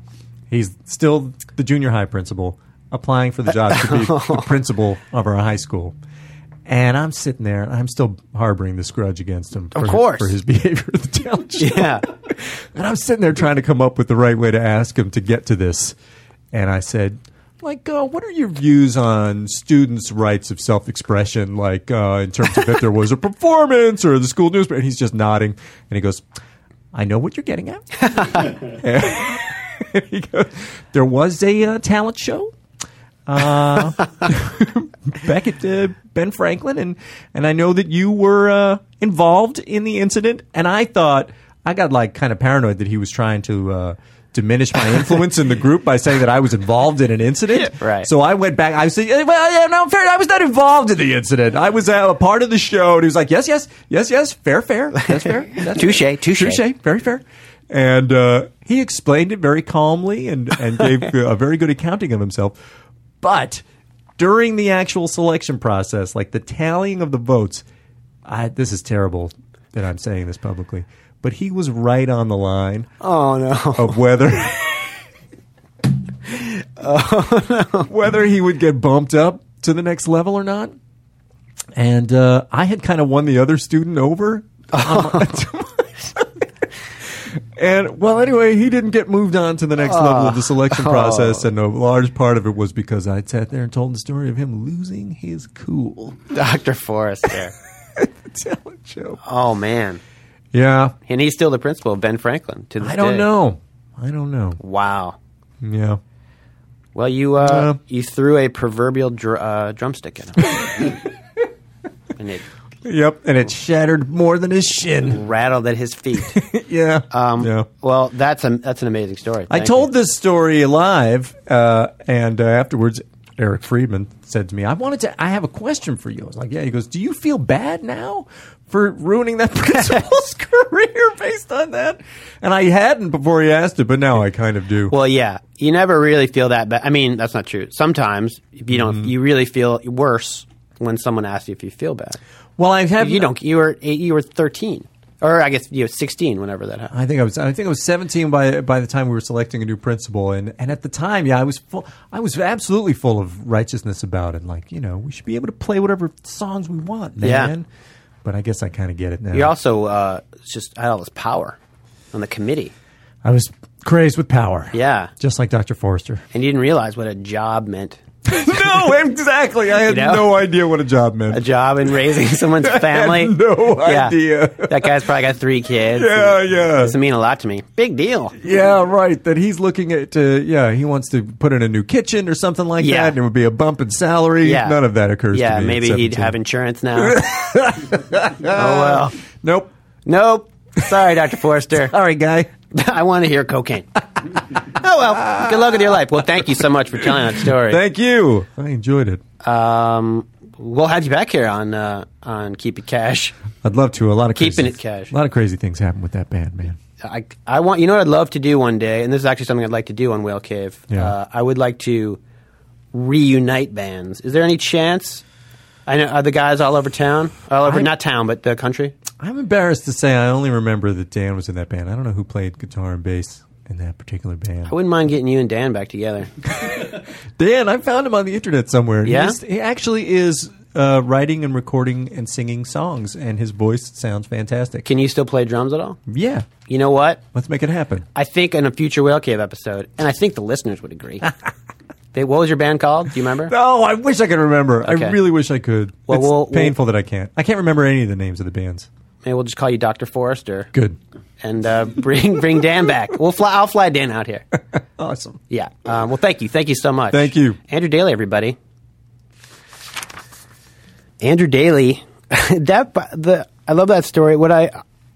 Speaker 4: He's still the junior high principal, applying for the job to
Speaker 3: <laughs>
Speaker 4: be the principal of our high school. And I'm sitting there, and I'm still harboring this grudge against him, for,
Speaker 3: course.
Speaker 4: for his <laughs> behavior at the talent show.
Speaker 3: Yeah.
Speaker 4: And I'm sitting there trying to come up with the right way to ask him to get to this. And I said, like, uh, what are your views on students' rights of self-expression, like uh, in terms of if there was a <laughs> performance or the school newspaper? And he's just nodding, and he goes, "I know what you're getting at." And <laughs> he goes, there was a uh, talent show uh, <laughs> back at uh, Ben Franklin, and and I know that you were uh, involved in the incident, and I thought I got like kind of paranoid that he was trying to. Uh, Diminish my influence in the group by saying that I was involved in an incident.
Speaker 3: Right.
Speaker 4: So I went back. I said, "Eh, "Well, yeah, no, fair. I was not involved in the incident. I was uh, a part of the show." And he was like, "Yes, yes, yes, yes. Fair, fair. That's fair. That's
Speaker 3: Touche,
Speaker 4: fair.
Speaker 3: touche.
Speaker 4: Very fair." And uh, he explained it very calmly and
Speaker 3: <laughs>
Speaker 4: and gave a very good accounting of himself. But during the actual selection process, like the tallying of the votes, I, this is terrible that I'm saying this publicly, but he was right on the line
Speaker 3: Oh no. <laughs>
Speaker 4: of whether. <laughs> Whether he would get bumped up to the next level or not. And uh, I had kind of won the other student over. <laughs> Um, and, well, anyway, he didn't get moved on to the next level of the selection process. And a large part of it was because I sat there and told the story of him losing his cool. <laughs>
Speaker 3: Dr. Forrester.
Speaker 4: Talent show.
Speaker 3: Oh man.
Speaker 4: Yeah.
Speaker 3: And he's still the principal of Ben Franklin to this
Speaker 4: I don't
Speaker 3: day.
Speaker 4: know. I don't know.
Speaker 3: Wow.
Speaker 4: Yeah.
Speaker 3: Well, you uh,
Speaker 4: Uh,
Speaker 3: you threw a proverbial dr- uh, drumstick at him.
Speaker 4: <laughs>
Speaker 3: and it
Speaker 4: Yep. And it shattered more than his shin.
Speaker 3: rattled at his feet.
Speaker 4: Yeah.
Speaker 3: Um,
Speaker 4: <laughs> yeah.
Speaker 3: Well, that's a that's an amazing story.
Speaker 4: I
Speaker 3: Thank
Speaker 4: told
Speaker 3: you.
Speaker 4: this story live, uh, and uh, afterwards, Eric Friedman said to me, "I wanted to. I have a question for you." I was like, "Yeah." He goes, "Do you feel bad now for ruining
Speaker 3: <laughs>
Speaker 4: that <laughs> principal's career based on that?" And I hadn't before he asked it, but now I kind of do.
Speaker 3: Well, yeah, you never really feel that bad. I mean, that's not true. Sometimes if you
Speaker 4: Mm-hmm.
Speaker 3: don't. You really feel worse when someone asks you if you feel bad.
Speaker 4: well I have.
Speaker 3: You don't. You were eight, you were thirteen, or I guess you were sixteen. Whenever that happened.
Speaker 4: I think I was. I think I was 17 by by the time we were selecting a new principal, and, and at the time, yeah, I was full. I was absolutely full of righteousness about it. Like, you know, we should be able to play whatever songs we want, man.
Speaker 3: Yeah.
Speaker 4: But I guess I kind of get it now.
Speaker 3: You also uh, just had all this power on the committee.
Speaker 4: I was crazed with power.
Speaker 3: Yeah,
Speaker 4: Just like Dr. Forrester.
Speaker 3: and you didn't realize what a job meant.
Speaker 4: <laughs> no, exactly. I had
Speaker 3: You know?
Speaker 4: no idea what a job meant.
Speaker 3: A job in
Speaker 4: <laughs>
Speaker 3: raising someone's family.
Speaker 4: no idea.
Speaker 3: That guy's probably got three kids.
Speaker 4: yeah,
Speaker 3: and
Speaker 4: yeah.
Speaker 3: Doesn't mean a lot to me. Big deal.
Speaker 4: Yeah, right. That he's looking at, uh, yeah, he wants to put in a new kitchen or something like
Speaker 3: Yeah.
Speaker 4: that, and it would be a bump in salary.
Speaker 3: Yeah.
Speaker 4: None of that occurs
Speaker 3: Yeah,
Speaker 4: to me. at
Speaker 3: maybe he'd
Speaker 4: 17.
Speaker 3: have insurance now.
Speaker 4: <laughs>
Speaker 3: oh well.
Speaker 4: Nope.
Speaker 3: Nope. Sorry, Dr.
Speaker 4: <laughs>
Speaker 3: Forrester.
Speaker 4: All right, guy.
Speaker 3: <laughs> I want to hear
Speaker 4: <laughs>
Speaker 3: cocaine. oh well. Good luck with your life. Well, thank you so much for telling that story.
Speaker 4: Thank you. I enjoyed it.
Speaker 3: um, we'll have you back here on uh, on Keep It Cash.
Speaker 4: I'd love to. A lot of
Speaker 3: Keeping
Speaker 4: crazy,
Speaker 3: it cash.
Speaker 4: A lot of crazy things happen with that band, man.
Speaker 3: I, I want you know what I'd love to do one day, and this is actually something I'd like to do on Whale Cave.
Speaker 4: Yeah.
Speaker 3: Uh, I would like to reunite bands. Is there any chance? I know are the guys all over town, all over
Speaker 4: I-
Speaker 3: not town but the country.
Speaker 4: I'm embarrassed to say I only remember that Dan was in that band. I don't know who played guitar and bass in that particular band.
Speaker 3: I wouldn't mind getting you and Dan back together.
Speaker 4: Dan, I found him on the internet somewhere.
Speaker 3: Yeah?
Speaker 4: He's- he actually is uh, writing and recording and singing songs, and his voice sounds fantastic.
Speaker 3: Can you still play drums at all?
Speaker 4: yeah,
Speaker 3: You know what?
Speaker 4: let's make it happen.
Speaker 3: I think in a future Whale Cave episode, and I think the listeners would agree. They, what was your band called? Do you remember?
Speaker 4: Oh, I wish I could remember. I
Speaker 3: Okay.
Speaker 4: really wish I could.
Speaker 3: Well,
Speaker 4: it's
Speaker 3: we'll-
Speaker 4: painful that I can't. I can't remember any of the names of the bands.
Speaker 3: Maybe we'll just call you Doctor Forrester
Speaker 4: Good.
Speaker 3: and uh, bring bring Dan back. We'll fly. I'll fly Dan out here.
Speaker 4: Awesome.
Speaker 3: Yeah. Uh, well, thank you. Thank you so much.
Speaker 4: Thank you.
Speaker 3: Andrew Daly, everybody. Andrew Daly. <laughs> that the I love that story. What I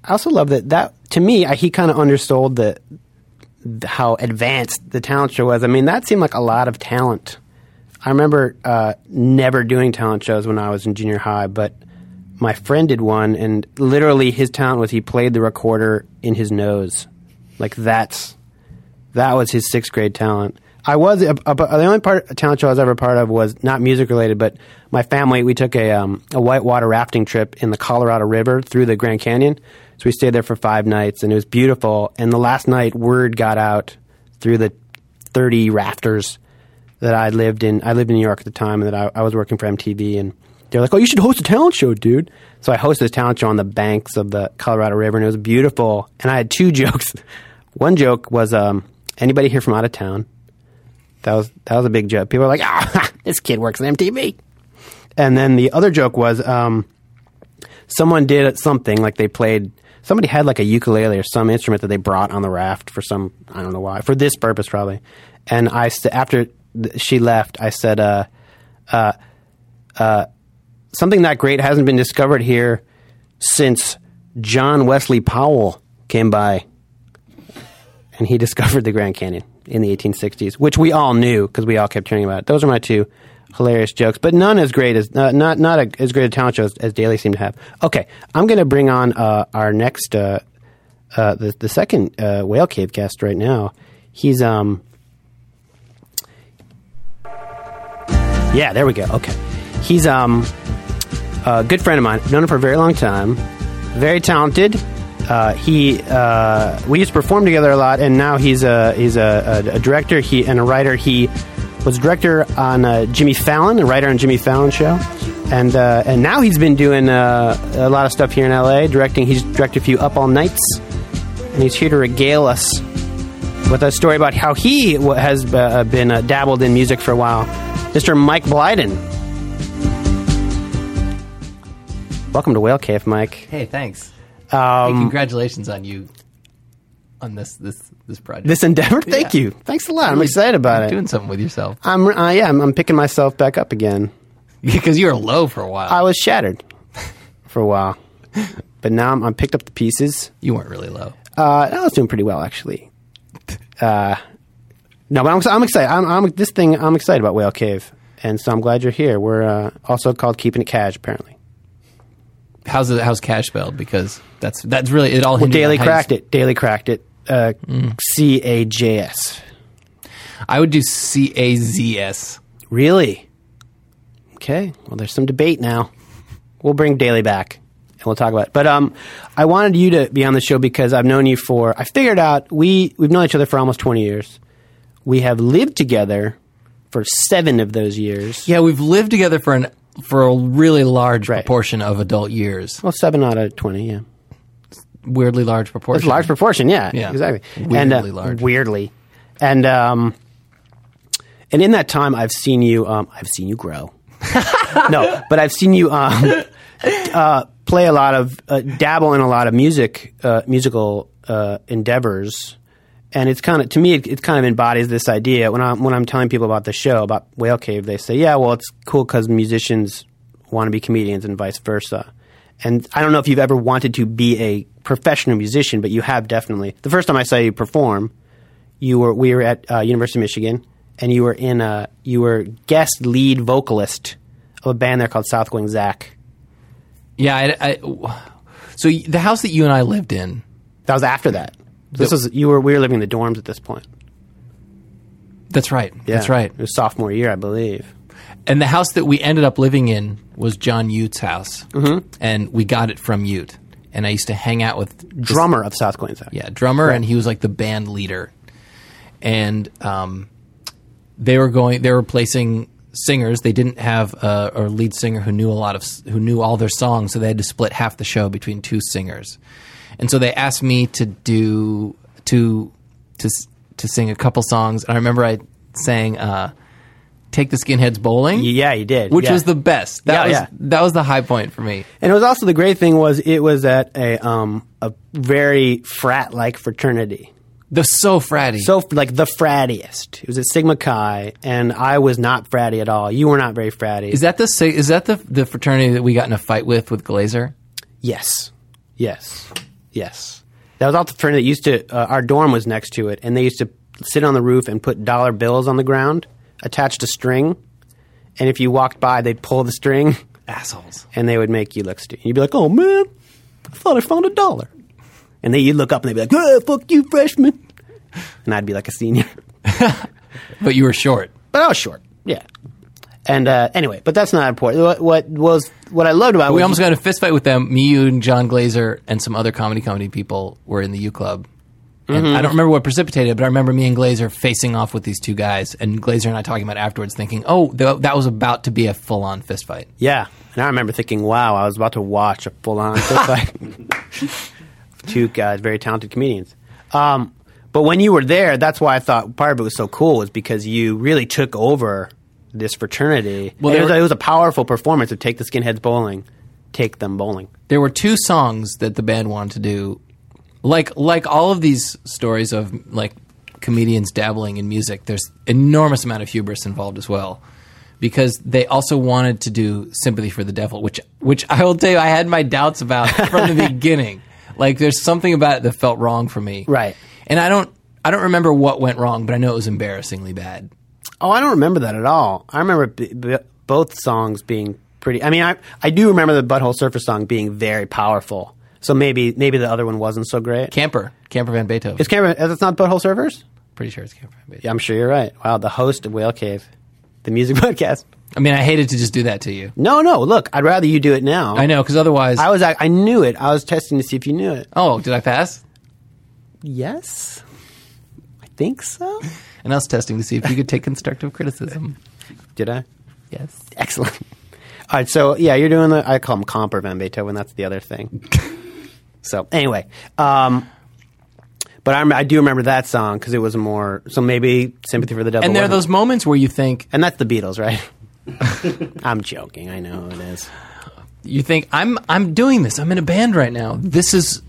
Speaker 3: I also love that that to me I, he kind of undersold the, the- how advanced the talent show was. I mean, that seemed like a lot of talent. I remember uh, never doing talent shows when I was in junior high, but my friend did one, and literally his talent was he played the recorder in his nose. Like that's that was his sixth grade talent. I was a, a- the only part talent show I was ever part of was not music related, but my family we took a um, a whitewater rafting trip in the Colorado River through the Grand Canyon. So we stayed there for five nights, and it was beautiful. And the last night, word got out through the thirty rafters that I lived in. I lived in New York at the time, and that I, I was working for MTV. And they're like, "Oh, you should host a talent show, dude." So I hosted this talent show on the banks of the Colorado River, and it was beautiful. And I had two <laughs> jokes. One joke was, um, "Anybody here from out of town?" That was that was a big joke. People were like, "Ah, <laughs> this kid works at MTV." And then the other joke was, um, someone did something like they played. Somebody had like a ukulele or some instrument that they brought on the raft for some I don't know why for this purpose probably. And I s- after th- she left, I said, uh, something that great hasn't been discovered here since John Wesley Powell came by and he <laughs> discovered the Grand Canyon in the 1860s, which we all knew because we all kept hearing about it. Those are my two hilarious jokes, but none as great as uh, not not a, as great a talent show as, as Daly seemed to have. Okay, I'm going to bring on uh, our next uh, uh, the the second uh, whale cave guest right now. He's um. Yeah, there we go. Okay. He's um a good friend of mine. I've known him for a very long time. Very talented. Uh, he uh, we used to perform together a lot, and now he's a he's a, a, a director. He and a writer. He was a director on uh, Jimmy Fallon, a writer on Jimmy Fallon show, and uh, and now he's been doing uh, a lot of stuff here in L.A. Directing. He's directed a few Up All Nights, and he's here to regale us with a story about how he wa- has uh, been uh, dabbled in music for a while. Mr. Mike Blyden. Welcome to Whale Cave, Mike.
Speaker 6: Hey, thanks.
Speaker 3: Um,
Speaker 6: hey, congratulations on you on this this this project.
Speaker 3: This endeavor, <laughs> thank you. Thanks a lot. I'm excited about
Speaker 6: Doing
Speaker 3: it.
Speaker 6: something with yourself
Speaker 3: I'm, uh, yeah, I'm, I'm picking myself back up again.
Speaker 6: because you were low for a while.
Speaker 3: I was shattered <laughs> for a while, but now I'm, I'm picked up the pieces.
Speaker 6: you weren't really low.
Speaker 3: Uh, I was doing pretty well actually. Uh, no, but I'm, I'm excited. I'm, I'm this thing. I'm excited about Whale Cave, and so I'm glad you're here. We're uh, also called Keeping It Cash, apparently.
Speaker 6: How's it, how's cash spelled? Because that's that's really it. All
Speaker 3: Well,
Speaker 6: hinges on
Speaker 3: Daily
Speaker 6: how you-
Speaker 3: cracked it. Daily cracked it. Uh, C A J S.
Speaker 6: I would do C A Z S.
Speaker 3: Really? Okay. Well, there's some debate now. We'll bring Daly back and we'll talk about it. But um, I wanted you to be on the show because I've known you for. I figured out we we've known each other for almost 20 years. We have lived together for seven of those years.
Speaker 6: Yeah, we've lived together for an for a really large
Speaker 3: Right.
Speaker 6: proportion of adult years.
Speaker 3: Well, seven out of 20. Yeah.
Speaker 6: Weirdly large proportion.
Speaker 3: It's a large proportion, yeah,
Speaker 6: Yeah.
Speaker 3: exactly. and,
Speaker 6: Weirdly
Speaker 3: uh,
Speaker 6: large.
Speaker 3: weirdly, and um, and in that time, I've seen you. Um, I've seen you grow. <laughs> no, but I've seen you um, uh, play a lot of uh, dabble in a lot of music, uh, musical uh, endeavors, and it's kind of to me, it, it kind of embodies this idea. When I'm when I'm telling people about the show about Whale Cave, they say, "Yeah, well, it's cool because musicians want to be comedians and vice versa." And I don't know if you've ever wanted to be a professional musician, but you have definitely. The first time I saw you perform, you were we were at uh, University of Michigan, and you were in a you were guest lead vocalist of a band there called South Wing Zach.
Speaker 6: Yeah. I, I- so y- the house that you and I lived in.
Speaker 3: That was after that. This
Speaker 6: The-
Speaker 3: was you were we were living in the dorms at this point.
Speaker 6: That's right.
Speaker 3: Yeah.
Speaker 6: That's right.
Speaker 3: It was sophomore year, I believe.
Speaker 6: And the house that we ended up living in was John Ute's house, mm-hmm. and we got it from Ute. And I used to hang out with this-
Speaker 3: Drummer of South Wing Zach.
Speaker 6: yeah, drummer, and he was like the band leader. And um, they were going, they were replacing singers. They didn't have a, a lead singer who knew a lot of, s- who knew all their songs, so they had to split half the show between two singers. And so they asked me to do to to s- to sing a couple songs, and I remember I sang. Uh, take the skinheads bowling.
Speaker 3: Yeah, he did.
Speaker 6: Which
Speaker 3: yeah.
Speaker 6: was the best. That
Speaker 3: Yeah,
Speaker 6: was
Speaker 3: yeah.
Speaker 6: that was the high point for me.
Speaker 3: And it was also the great thing was it was at a um a very frat like fraternity.
Speaker 6: The so fratty.
Speaker 3: So like the frattiest. It was at Sigma Chi, and I was not fratty at all. You were not very fratty.
Speaker 6: is that the si- is that the the fraternity that we got in a fight with with Glazer?
Speaker 3: yes, yes, yes. That was all the fraternity that used to. Uh, our dorm was next to it, and they used to sit on the roof and put dollar bills on the ground, attached to string, and if you walked by, they'd pull the <laughs> string,
Speaker 6: Assholes.
Speaker 3: and they would make you look stupid. You'd be like, "Oh man, I thought I found a dollar," and then you'd look up and they'd be like, "Ah, "Fuck you, freshman," and I'd be like a senior.
Speaker 6: But you were short.
Speaker 3: <laughs> but I was short. Yeah. And uh, anyway, but that's not important. What, what was what I loved about
Speaker 6: We
Speaker 3: was
Speaker 6: almost got in a fist fight with them. Me, you, and John Glazer and some other comedy comedy people were in the U Club. And I don't remember what precipitated, it, but I remember me and Glazer facing off with these two guys, and Glazer and I talking about it afterwards, thinking, "Oh, th- that was about to be a full-on fist fight."
Speaker 3: yeah. And I remember thinking, wow, I was about to watch a full <laughs> on fist fight. Two guys, very talented comedians. Um, but when you were there, that's why I thought part of it was so cool was because you really took over this fraternity. Well,
Speaker 6: Well,
Speaker 3: it
Speaker 6: they
Speaker 3: was,
Speaker 6: were-
Speaker 3: it was a powerful performance of take the skinheads bowling, take them bowling.
Speaker 6: there were two songs that the band wanted to do like like all of these stories of like comedians dabbling in music there's enormous amount of hubris involved as well because they also wanted to do sympathy for the devil which which I will tell you I had my doubts about
Speaker 3: <laughs>
Speaker 6: from the beginning like there's something about it that felt wrong for me
Speaker 3: Right.
Speaker 6: and I don't I don't remember what went wrong but I know it was embarrassingly bad
Speaker 3: Oh, I don't remember that at all. I remember b- b- both songs being pretty. I mean, I I do remember the Butthole Surfer song being very powerful. So maybe maybe the other one wasn't so great.
Speaker 6: Camper Camper Van Beethoven
Speaker 3: is Cameron? That's not Butthole Surfers.
Speaker 6: pretty sure it's Camper Van Beethoven
Speaker 3: Yeah, I'm sure you're right. Wow, the host of Whale Cave, the music <laughs> podcast.
Speaker 6: I mean I hated to just do that to you
Speaker 3: No, no. Look, I'd rather you do it now.
Speaker 6: I know because otherwise
Speaker 3: I was I, I knew it. I was testing to see if you knew it.
Speaker 6: oh did I pass
Speaker 3: Yes, I think so.
Speaker 6: and us testing to see if you could take
Speaker 3: <laughs>
Speaker 6: constructive criticism.
Speaker 3: Did I?
Speaker 6: Yes.
Speaker 3: Excellent. All right, so yeah, you're doing the I call them comp or Van Beethoven. That's the other
Speaker 6: <laughs>
Speaker 3: thing. so anyway, um, but I, rem- I do remember that song because it was more. So maybe sympathy for the devil.
Speaker 6: And there are
Speaker 3: wasn't-
Speaker 6: those moments where you think
Speaker 3: and that's the Beatles,
Speaker 6: <laughs>
Speaker 3: right? I'm joking. I know who it is.
Speaker 6: you think I'm I'm doing this. I'm in a band right now. This is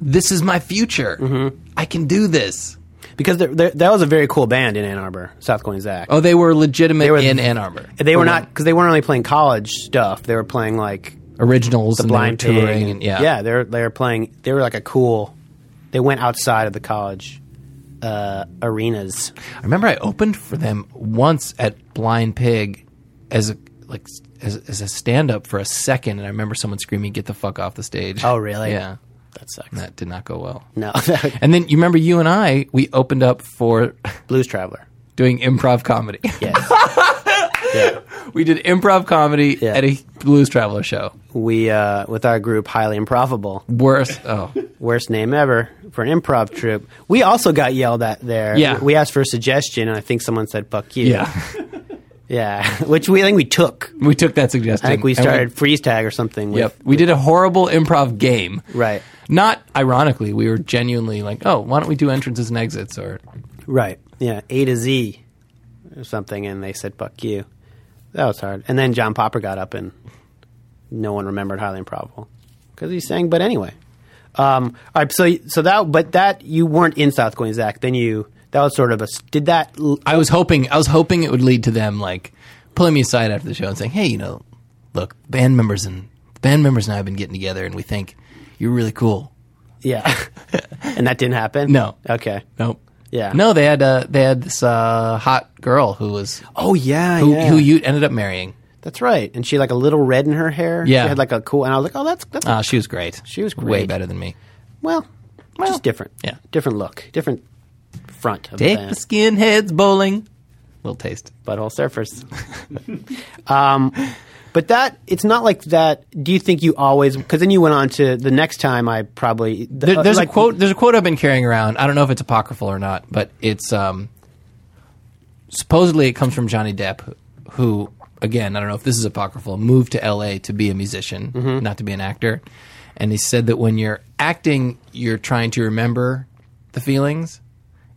Speaker 6: this is my future.
Speaker 3: Mm-hmm.
Speaker 6: I can do this.
Speaker 3: Because they're, they're, that was a very cool band in Ann Arbor, South Coin Zach.
Speaker 6: Oh, they were legitimate
Speaker 3: They were-
Speaker 6: in Ann Arbor.
Speaker 3: they were not because they weren't only playing college stuff. They were playing like
Speaker 6: originals and
Speaker 3: blind
Speaker 6: they were touring
Speaker 3: Pig
Speaker 6: and yeah.
Speaker 3: yeah, they were they were playing. They were like a cool. They went outside of the college uh, arenas.
Speaker 6: I remember I opened for them once at Blind Pig as a like as, as a stand up for a second and I remember someone screaming get the fuck off the stage.
Speaker 3: Oh, really?
Speaker 6: Yeah.
Speaker 3: That sucks.
Speaker 6: And that did not go well.
Speaker 3: No, <laughs>
Speaker 6: <laughs> And then you remember you and I we opened up for <laughs>
Speaker 3: Blues Traveler.
Speaker 6: doing
Speaker 3: <laughs>
Speaker 6: improv comedy.
Speaker 3: Yes,
Speaker 6: <laughs>
Speaker 3: yeah.
Speaker 6: we did improv comedy
Speaker 3: Yeah.
Speaker 6: at a blues traveler show.
Speaker 3: we uh, with our group, highly improbable,
Speaker 6: Worst.
Speaker 3: <laughs>
Speaker 6: Oh,
Speaker 3: worst name ever for an improv troupe. We also got yelled at there.
Speaker 6: Yeah.
Speaker 3: we asked for a suggestion, and I think someone said "fuck you."
Speaker 6: yeah.
Speaker 3: yeah, <laughs> which we I think we took.
Speaker 6: <laughs> we took that suggestion.
Speaker 3: I think we
Speaker 6: and
Speaker 3: started freeze tag or something. With,
Speaker 6: yep. We did a horrible improv game.
Speaker 3: Right.
Speaker 6: Not ironically, we were genuinely like, oh, why don't we do entrances and exits? Or
Speaker 3: Right. Yeah. A to Z or something, and they said "fuck you." That was hard. And then John Popper got up, and no one remembered highly improbable because he sang. But anyway, um, all right. So so that but that you weren't in South Going Zach. Then you that was sort of a s- did that l-
Speaker 6: I was hoping, I was hoping it would lead to them like pulling me aside after the show and saying, hey, you know, look, band members and band members and I have been getting together, and we think you're really cool. <laughs>
Speaker 3: yeah, and that didn't happen.
Speaker 6: No.
Speaker 3: Okay.
Speaker 6: Nope.
Speaker 3: Yeah.
Speaker 6: No, they had uh, they had this uh, hot girl who was
Speaker 3: Oh yeah,
Speaker 6: who,
Speaker 3: yeah.
Speaker 6: who you ended up marrying.
Speaker 3: That's right. And she had, like a little red in her hair.
Speaker 6: Yeah.
Speaker 3: She had like a cool. And I was like, oh, that's that's
Speaker 6: Uh, she was great.
Speaker 3: She was
Speaker 6: way
Speaker 3: great.
Speaker 6: better than me.
Speaker 3: well, just different.
Speaker 6: yeah.
Speaker 3: Different look. Different front of
Speaker 6: Take
Speaker 3: the
Speaker 6: the
Speaker 3: band.
Speaker 6: skinheads bowling. Little taste.
Speaker 3: butthole surfers. <laughs> um, but that it's not like that. Do you think you always? Because then you went on to the next time. I probably uh,
Speaker 6: There, there's
Speaker 3: like-
Speaker 6: a quote. There's a quote I've been carrying around. I don't know if it's apocryphal or not, but it's um, supposedly it comes from Johnny Depp, who again I don't know if this is apocryphal. Moved to L.A. to be a musician, not to be an actor, and he said that when you're acting, you're trying to remember the feelings,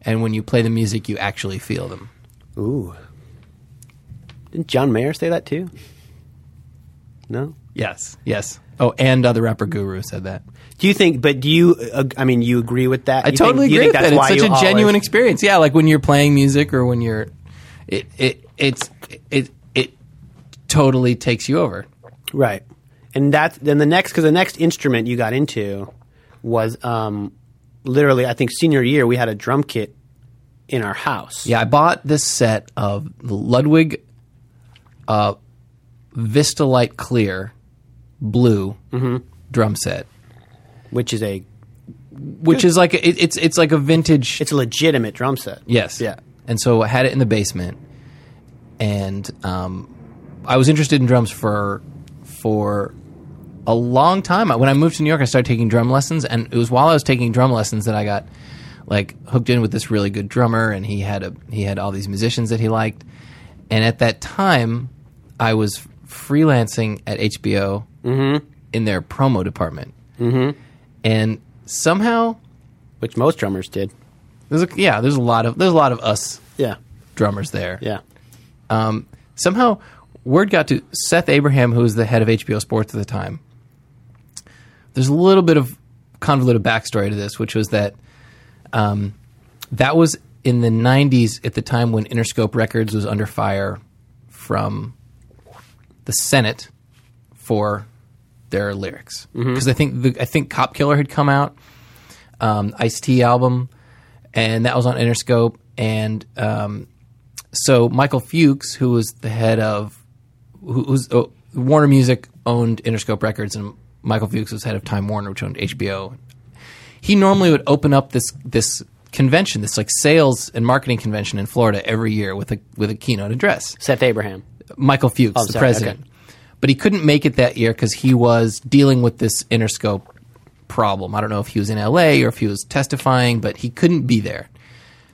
Speaker 6: and when you play the music, you actually feel them.
Speaker 3: Ooh, Didn't John Mayer say that too? No.
Speaker 6: Yes. Yes. Oh, and other rapper guru said that.
Speaker 3: Do you think? But do you? Uh, I mean, you agree with that?
Speaker 6: I
Speaker 3: You think-
Speaker 6: totally
Speaker 3: you
Speaker 6: agree
Speaker 3: think
Speaker 6: with
Speaker 3: that's
Speaker 6: that. It's
Speaker 3: why
Speaker 6: such
Speaker 3: you
Speaker 6: a genuine
Speaker 3: always-
Speaker 6: experience. Yeah, like when you're playing music or when you're, it it it's it it totally takes you over.
Speaker 3: Right. And that's then the next because the next instrument you got into was um, literally I think senior year we had a drum kit in our house.
Speaker 6: Yeah, I bought this set of Ludwig uh, Vistalite Clear Blue
Speaker 3: Mm-hmm.
Speaker 6: drum set,
Speaker 3: Which is a
Speaker 6: which is like a, it, it's it's like a vintage.
Speaker 3: it's a legitimate drum set.
Speaker 6: yes.
Speaker 3: Yeah.
Speaker 6: And so I had it in the basement, and um, I was interested in drums for for a long time. When I moved to New York, I started taking drum lessons, and it was while I was taking drum lessons that I got like hooked in with this really good drummer, and he had a he had all these musicians that he liked, and at that time, I was freelancing at HBO in their promo department, mm-hmm. and somehow
Speaker 3: Which most drummers did.
Speaker 6: there's a, yeah there's a lot of there's a lot of us
Speaker 3: Yeah.
Speaker 6: drummers there
Speaker 3: Yeah.
Speaker 6: um, somehow word got to Seth Abraham, who was the head of HBO Sports at the time. There's a little bit of convoluted backstory to this, which was that um, that was in the 90s at the time when Interscope Records was under fire from the Senate for their lyrics because I think the, I think Cop Killer had come out, um, Ice T album, and that was on Interscope and um, so Michael Fuchs, who was the head of who was oh, Warner Music owned Interscope Records, and Michael Fuchs was head of Time Warner, which owned HBO. He normally would open up this this convention, this like sales and marketing convention in Florida every year with a with a keynote address.
Speaker 3: Seth Abraham.
Speaker 6: Michael Fuchs, the
Speaker 3: Oh, sorry,
Speaker 6: president.
Speaker 3: okay.
Speaker 6: But he couldn't make it that year because he was dealing with this Interscope problem. I don't know if he was in LA or if he was testifying, but he couldn't be there.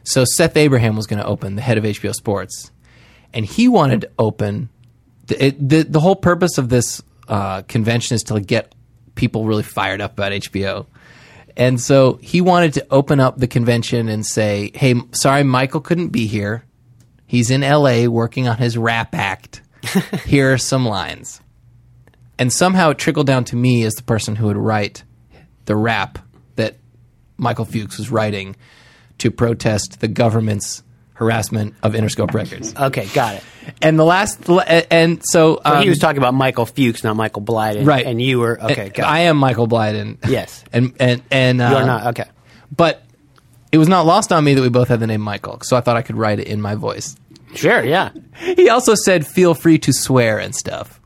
Speaker 6: So Seth Abraham was going to open, the head of HBO Sports, and he wanted to open. The, it, the, the whole purpose of this uh, convention is to like, get people really fired up about HBO. And so he wanted to open up the convention and say, "Hey, m- sorry, Michael couldn't be here. He's in LA working on his
Speaker 3: <laughs>
Speaker 6: rap act. Here are some lines. And somehow it trickled down to me as the person who would write the rap that Michael Fuchs was writing to protest the government's harassment of Interscope Records.
Speaker 3: Okay, got it.
Speaker 6: And the last, and so.
Speaker 3: But
Speaker 6: um,
Speaker 3: Uh, he was talking about Michael Fuchs, not Michael Blyden.
Speaker 6: Right.
Speaker 3: And you were okay. Got
Speaker 6: I
Speaker 3: it.
Speaker 6: am Michael Blyden.
Speaker 3: Yes.
Speaker 6: <laughs> And, and, and. Uh,
Speaker 3: You're not okay.
Speaker 6: But it was not lost on me that we both had the name Michael, so I thought I could write it in my voice.
Speaker 3: Sure. Yeah.
Speaker 6: He also said, feel free to swear and stuff.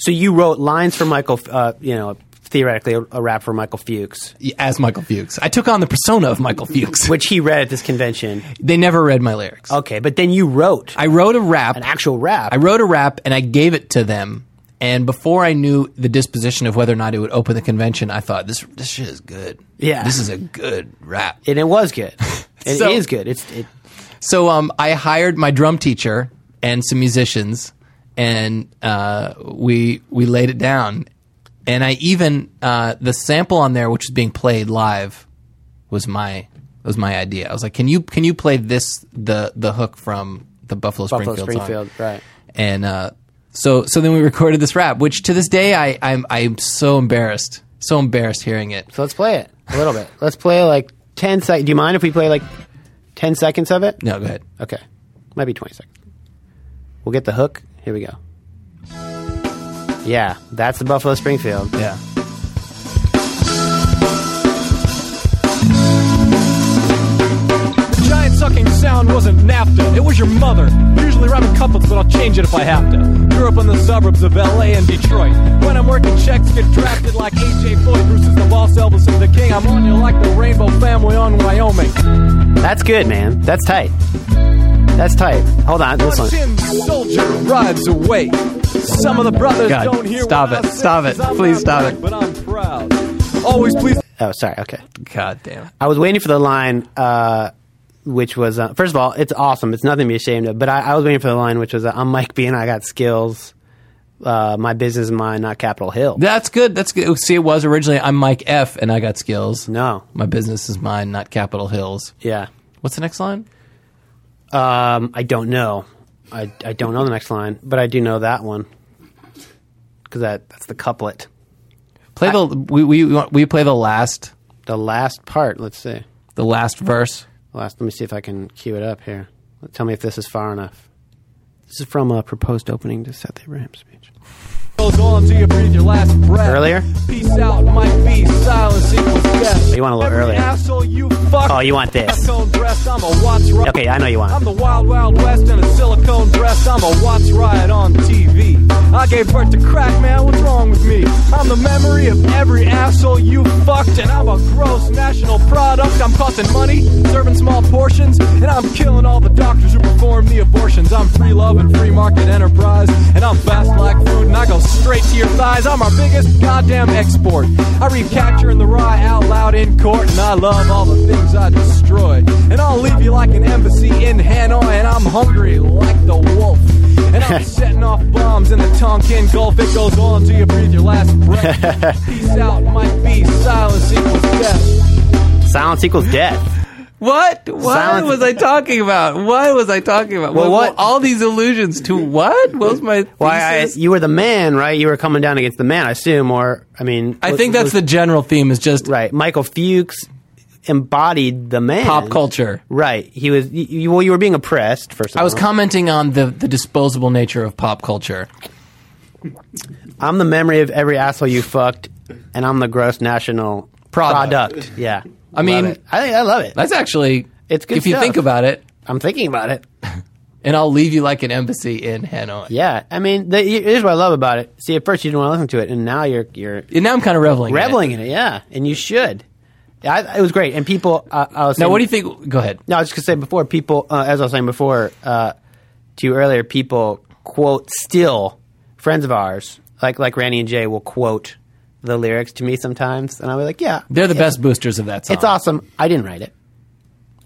Speaker 3: So you wrote lines for Michael. Uh, you know, theoretically, a, a rap for Michael Fuchs,
Speaker 6: as Michael Fuchs. I took on the persona of Michael Fuchs.
Speaker 3: which he read at this convention.
Speaker 6: they never read my lyrics.
Speaker 3: Okay, but then you wrote
Speaker 6: I wrote a rap.
Speaker 3: an actual rap.
Speaker 6: I wrote a rap and I gave it to them. And before I knew the disposition of whether or not it would open the convention, I thought this this shit is good.
Speaker 3: Yeah.
Speaker 6: this is a good rap.
Speaker 3: and it was
Speaker 6: <laughs>
Speaker 3: good. It is
Speaker 6: So-
Speaker 3: good. It's it,
Speaker 6: So um, I hired my drum teacher and some musicians, and uh, we we laid it down. And I even uh, the sample on there, which is being played live, was my was my idea. I was like, can you can you play this the the hook from the Buffalo
Speaker 3: Buffalo
Speaker 6: Springfield,
Speaker 3: Springfield,
Speaker 6: song?
Speaker 3: right?
Speaker 6: And uh, so so then we recorded this rap, which to this day I I'm I'm so embarrassed, so embarrassed hearing it.
Speaker 3: So let's play it a little bit. Let's play like ten seconds. Do you mind if we play like ten seconds of it?
Speaker 6: No, go ahead.
Speaker 3: Okay, might be twenty seconds. We'll get the hook. Here we go. Yeah, that's the Buffalo Springfield.
Speaker 6: Yeah.
Speaker 7: The giant sucking sound wasn't NAFTA, it was your mother. Usually rhyming couplets, but I'll change it if I have to. Grew up in the suburbs of LA and Detroit. When I'm working checks, get drafted like AJ Foy. Bruce is the boss, Elvis is the king. I'm on you like the Rainbow Family on Wyoming.
Speaker 3: That's good, man. That's tight. That's tight. Hold on, this one.
Speaker 7: Tin soldier rides away. Some of the brothers
Speaker 6: God,
Speaker 7: don't hear
Speaker 6: stop
Speaker 7: what
Speaker 6: it,
Speaker 7: I say,
Speaker 6: stop it.
Speaker 7: 'cause I'm
Speaker 6: Please stop
Speaker 7: not black,
Speaker 6: it.
Speaker 7: But I'm proud. Always please.
Speaker 3: Oh, sorry. Okay,
Speaker 6: God damn.
Speaker 3: I was waiting for the line, uh, which was uh, first of all, it's awesome. It's nothing to be ashamed of. But I, I was waiting for the line, which was, uh, "I'm Mike B, and I got skills. Uh, my business is mine, not Capitol Hill."
Speaker 6: That's good. That's good. See, it was originally I'm Mike F and I got skills.
Speaker 3: No.
Speaker 6: My business is mine, not Capitol Hills.
Speaker 3: Yeah.
Speaker 6: What's the next line?
Speaker 3: Um, I don't know. I, I don't know the next line, but I do know that one because that that's the couplet.
Speaker 6: Play the we we want- we play the last
Speaker 3: The last part. Let's see.
Speaker 6: the last verse.
Speaker 3: Last. Let me see if I can cue it up here. Tell me if this is far enough. This is from a proposed opening to Seth Abraham's speech.
Speaker 7: Goes on till you breathe your last breath.
Speaker 3: Earlier?
Speaker 7: Peace out might be silence equals death.
Speaker 3: You want a little
Speaker 7: Every
Speaker 3: earlier.
Speaker 7: asshole you fuck.
Speaker 3: Oh, you want this.
Speaker 7: Silicone breast, I'm a watch riot.
Speaker 3: Okay, I know you want it.
Speaker 7: I'm the wild, wild west in a silicone dress. I'm a watch riot on TV. I gave birth to crack, man. What's wrong with me? I'm the memory of every asshole you fucked, and I'm a gross national product. I'm costing money, serving small portions, and I'm killing all the doctors who perform the abortions. I'm free love and free market enterprise, and I'm fast like food, and I go straight to your thighs. I'm our biggest goddamn export. I read Catcher in the Rye out loud in court, and I love all the things I destroy. And I'll leave you like an embassy in Hanoi, and I'm hungry like the wolf. And I'm setting off bombs in the Tonkin Gulf. It goes on till you breathe your last
Speaker 3: <laughs>
Speaker 7: breath. Peace out might be silence equals death.
Speaker 3: Silence equals death.
Speaker 6: What? What
Speaker 3: Silence.
Speaker 6: was I talking about? What was I talking about?
Speaker 3: Well,
Speaker 6: What-
Speaker 3: what-
Speaker 6: all these allusions to what? What was my
Speaker 3: Why? I,
Speaker 6: thesis?
Speaker 3: you were the man, right? You were coming down against the man, I assume, or I mean,
Speaker 6: I think that's the general theme is just
Speaker 3: right. Michael Fuchs embodied the man.
Speaker 6: pop culture.
Speaker 3: Right. He was. You, you- well, you were being oppressed. First, of
Speaker 6: I was
Speaker 3: all.
Speaker 6: commenting on the, the disposable nature of pop culture.
Speaker 3: I'm the memory of every asshole you fucked, and I'm the gross national
Speaker 6: Product.
Speaker 3: product. Yeah.
Speaker 6: I mean-
Speaker 3: Love it. I think I love it.
Speaker 6: That's actually
Speaker 3: It's good
Speaker 6: if you
Speaker 3: stuff.
Speaker 6: think about it.
Speaker 3: I'm thinking about it.
Speaker 6: And I'll leave you like an embassy in Hanoi.
Speaker 3: Yeah. I mean, the, y- here's what I love about it. See, at first you didn't want to listen to it, and now you're you're
Speaker 6: And now I'm kind of reveling. in it.
Speaker 3: reveling in it. Yeah, and you should. I, it was great, and people. Uh, I was
Speaker 6: Now,
Speaker 3: saying-
Speaker 6: what do you think? Go ahead.
Speaker 3: No, I was just gonna say before people, uh, as I was saying before uh, to you earlier, people quote still friends of ours, like like Randy and Jay, will quote the lyrics to me sometimes, and I'll be like, yeah,
Speaker 6: They're the best boosters of that song.
Speaker 3: It's awesome. I didn't write it,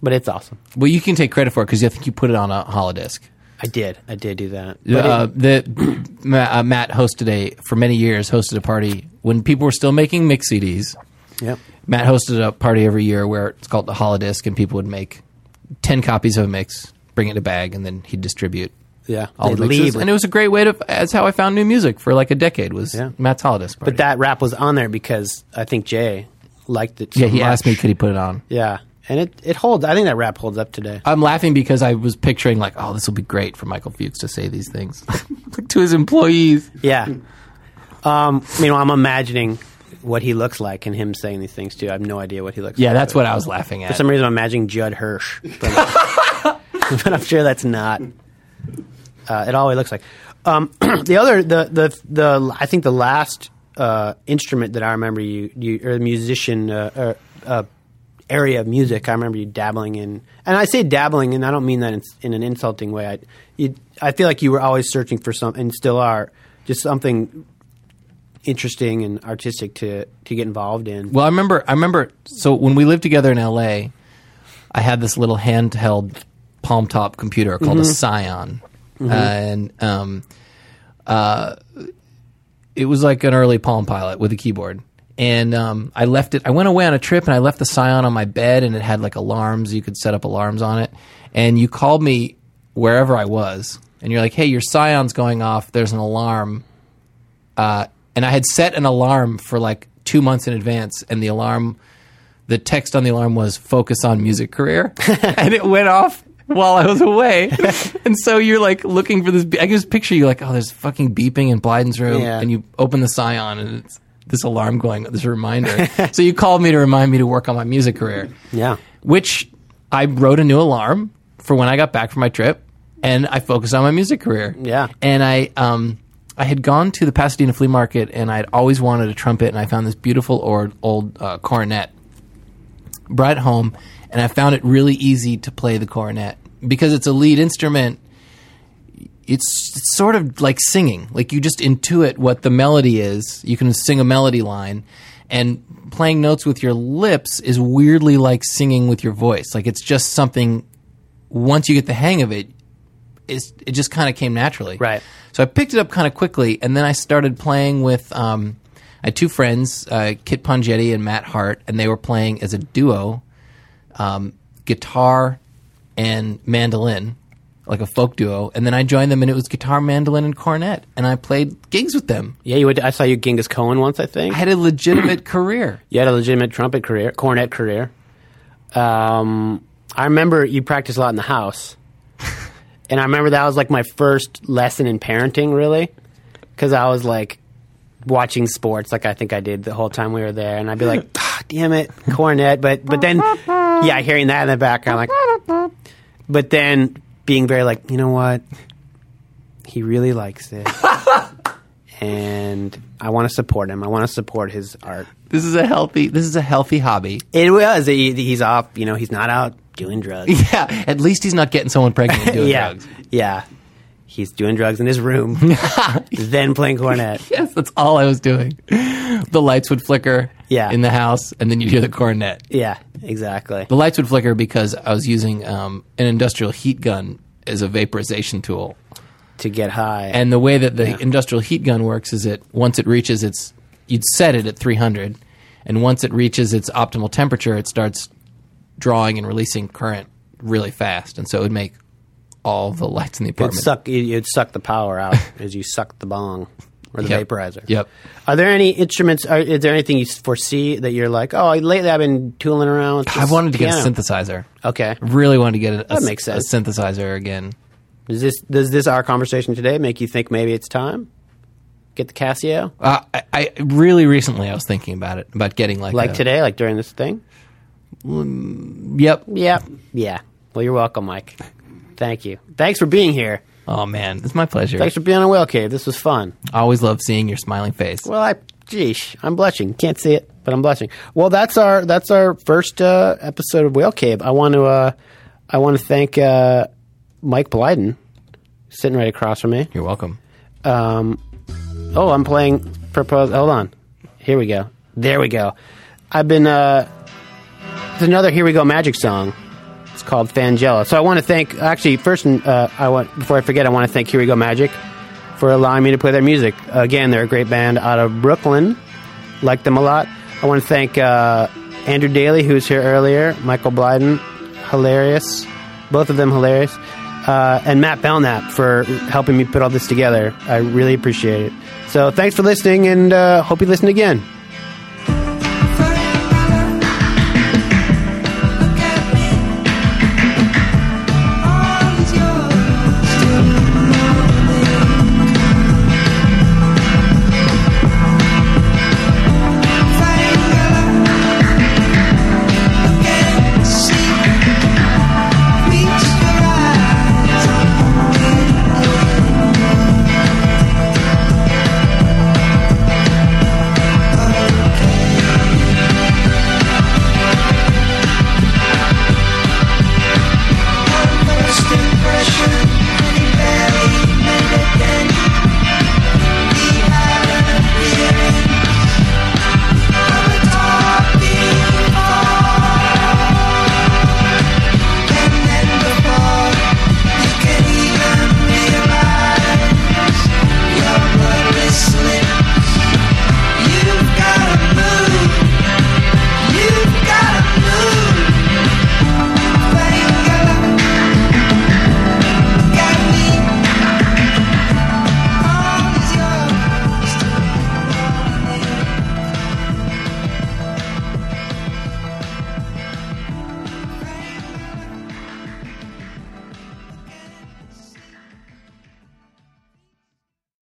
Speaker 3: but it's awesome.
Speaker 6: Well, you can take credit for it because I think you put it on a holodisc.
Speaker 3: I did. I did do that. But
Speaker 6: Uh,
Speaker 3: it-
Speaker 6: the, <clears throat> Ma- uh, Matt hosted a for many years hosted a party when people were still making mix CDs.
Speaker 3: yep.
Speaker 6: Matt hosted a party every year where it's called the holodisc, and people would make ten copies of a mix, bring it in a bag, and then he'd distribute.
Speaker 3: Yeah.
Speaker 6: all
Speaker 3: They'd
Speaker 6: the mixes.
Speaker 3: leave with-
Speaker 6: and it was a great way to. That's how I found new music for like a decade. Was
Speaker 3: Yeah.
Speaker 6: Matt's holodisc party.
Speaker 3: But that rap was on there because I think Jay liked it. So
Speaker 6: yeah, he
Speaker 3: much.
Speaker 6: asked me, could he put it on?
Speaker 3: Yeah, and it it holds. I think that rap holds up today.
Speaker 6: I'm laughing because I was picturing like, oh, this will be great for Michael Fuchs to say these things <laughs> to his employees.
Speaker 3: Yeah.
Speaker 6: Hmm.
Speaker 3: Um. You know, I'm imagining what he looks like and him saying these things too. I have no idea what he looks.
Speaker 6: Yeah,
Speaker 3: like.
Speaker 6: that's what I was laughing
Speaker 3: For
Speaker 6: at.
Speaker 3: some reason, I'm imagining Judd Hirsch, but, <laughs> but I'm sure that's not. Uh, it always looks like. Um, <clears throat> the other, the the the, I think the last uh, instrument that I remember you, you or musician uh, or, uh, area of music, I remember you dabbling in, and I say dabbling, and I don't mean that in, in an insulting way. I, you, I feel like you were always searching for something, and still are, just something interesting and artistic to to get involved in.
Speaker 6: Well, I remember, I remember. So when we lived together in L.A., I had this little handheld palm top computer called
Speaker 3: Mm-hmm.
Speaker 6: a Scion, Uh, and um, uh, it was like an early Palm Pilot with a keyboard. And um, I left it. I went away on a trip, and I left the Scion on my bed, and it had like alarms. You could set up alarms on it, and you called me wherever I was, and you're like, "Hey, your Scion's going off. There's an alarm." Uh, and I had set an alarm for like two months in advance, and the alarm, the text on the alarm was "focus on music career," <laughs> and it went off while I was away. <laughs> and so you're like looking for this. I can just picture you like, oh, there's fucking beeping in Blyden's room,
Speaker 3: Yeah.
Speaker 6: and you open the Scion, and it's this alarm going, this reminder. so you called me to remind me to work on my music career
Speaker 3: Yeah.
Speaker 6: which I wrote a new alarm for when I got back from my trip, and I focused on my music career.
Speaker 3: Yeah.
Speaker 6: and I um I had gone to the Pasadena flea market, and I'd always wanted a trumpet, and I found this beautiful or, old uh, cornet. Brought it home, and I found it really easy to play the cornet because it's a lead instrument. It's, it's sort of like singing. Like you just intuit what the melody is. You can sing a melody line, and playing notes with your lips is weirdly like singing with your voice. Like it's just something. Once you get the hang of it, it's, it just kind of came naturally.
Speaker 3: Right.
Speaker 6: So I picked it up kind of quickly, and then I started playing with. Um, I had two friends, uh, Kit Pongetti and Matt Hart, and they were playing as a duo, um, guitar and mandolin like a folk duo, and then I joined them, and it was guitar, mandolin, and cornet, and I played gigs with them.
Speaker 3: Yeah, you. Went to- I saw you Genghis Cohen once. I think
Speaker 6: I had a <coughs> legitimate career.
Speaker 3: you had a legitimate trumpet career, cornet career. Um, I remember you practiced a lot in the house, and I remember that was like my first lesson in parenting, really, because I was like watching sports, like I think I did the whole time we were there, and I'd be like, "Ah, "Damn it, cornet!" But but then, yeah, hearing that in the background, like, but then being very like, you know what, he really likes this. And I want to support him. I want to support his art.
Speaker 6: This is a healthy. This is a healthy hobby.
Speaker 3: It was. He, he's off. You know, he's not out doing drugs.
Speaker 6: Yeah, at least he's not getting someone pregnant <laughs> and doing
Speaker 3: yeah,
Speaker 6: drugs.
Speaker 3: yeah. He's doing drugs in his room,
Speaker 6: <laughs>
Speaker 3: then playing cornet.
Speaker 6: Yes, that's all I was doing. The lights would flicker
Speaker 3: Yeah.
Speaker 6: in the house, and then you'd hear the cornet.
Speaker 3: Yeah, exactly.
Speaker 6: The lights would flicker because I was using um, an industrial heat gun as a vaporization tool.
Speaker 3: To get high.
Speaker 6: And the way that the industrial heat gun works is it once it reaches its you'd set it at 300 and once it reaches its optimal temperature it starts drawing and releasing current really fast and so it would make all the lights in the
Speaker 3: it'd
Speaker 6: apartment
Speaker 3: suck. It, it'd suck the power
Speaker 6: <laughs>
Speaker 3: out as you suck the bong or the
Speaker 6: Yep.
Speaker 3: vaporizer.
Speaker 6: Yep.
Speaker 3: Are there any instruments? Are, is there anything you foresee that you're like, oh, lately I've been tooling around? With
Speaker 6: I
Speaker 3: this
Speaker 6: wanted to get
Speaker 3: piano."
Speaker 6: a synthesizer.
Speaker 3: Okay.
Speaker 6: Really wanted to get a, a
Speaker 3: That makes
Speaker 6: s- a
Speaker 3: sense.
Speaker 6: synthesizer again.
Speaker 3: Does this does this our conversation today make you think maybe it's time? Get the Casio,
Speaker 6: Uh, I, I really recently I was thinking about it about getting like
Speaker 3: like
Speaker 6: a-
Speaker 3: today, like during this thing.
Speaker 6: Yep.
Speaker 3: Yeah. Yeah. Well, you're welcome, Mike. Thank you. Thanks for being here.
Speaker 6: Oh man, it's my pleasure.
Speaker 3: Thanks for being on Whale Cave. This was fun.
Speaker 6: I always love seeing your smiling face.
Speaker 3: Well, I, geesh, I'm blushing. Can't see it, but I'm blushing. Well, that's our that's our first uh, episode of Whale Cave. I want to uh, I want to thank uh, Mike Blyden sitting right across from me.
Speaker 6: You're welcome.
Speaker 3: Um, oh, I'm playing Propose. Hold on. Here we go. There we go. I've been. Uh, it's another Here We Go Magic song. It's called Fangela. So I want to thank. Actually, first, uh, I want before I forget, I want to thank Here We Go Magic for allowing me to play their music. Again, they're a great band out of Brooklyn. Like them a lot. I want to thank uh, Andrew Daly, who was here earlier, Michael Blyden, hilarious, both of them hilarious, uh, and Matt Belknap for helping me put all this together. I really appreciate it. So thanks for listening, and uh, hope you listen again.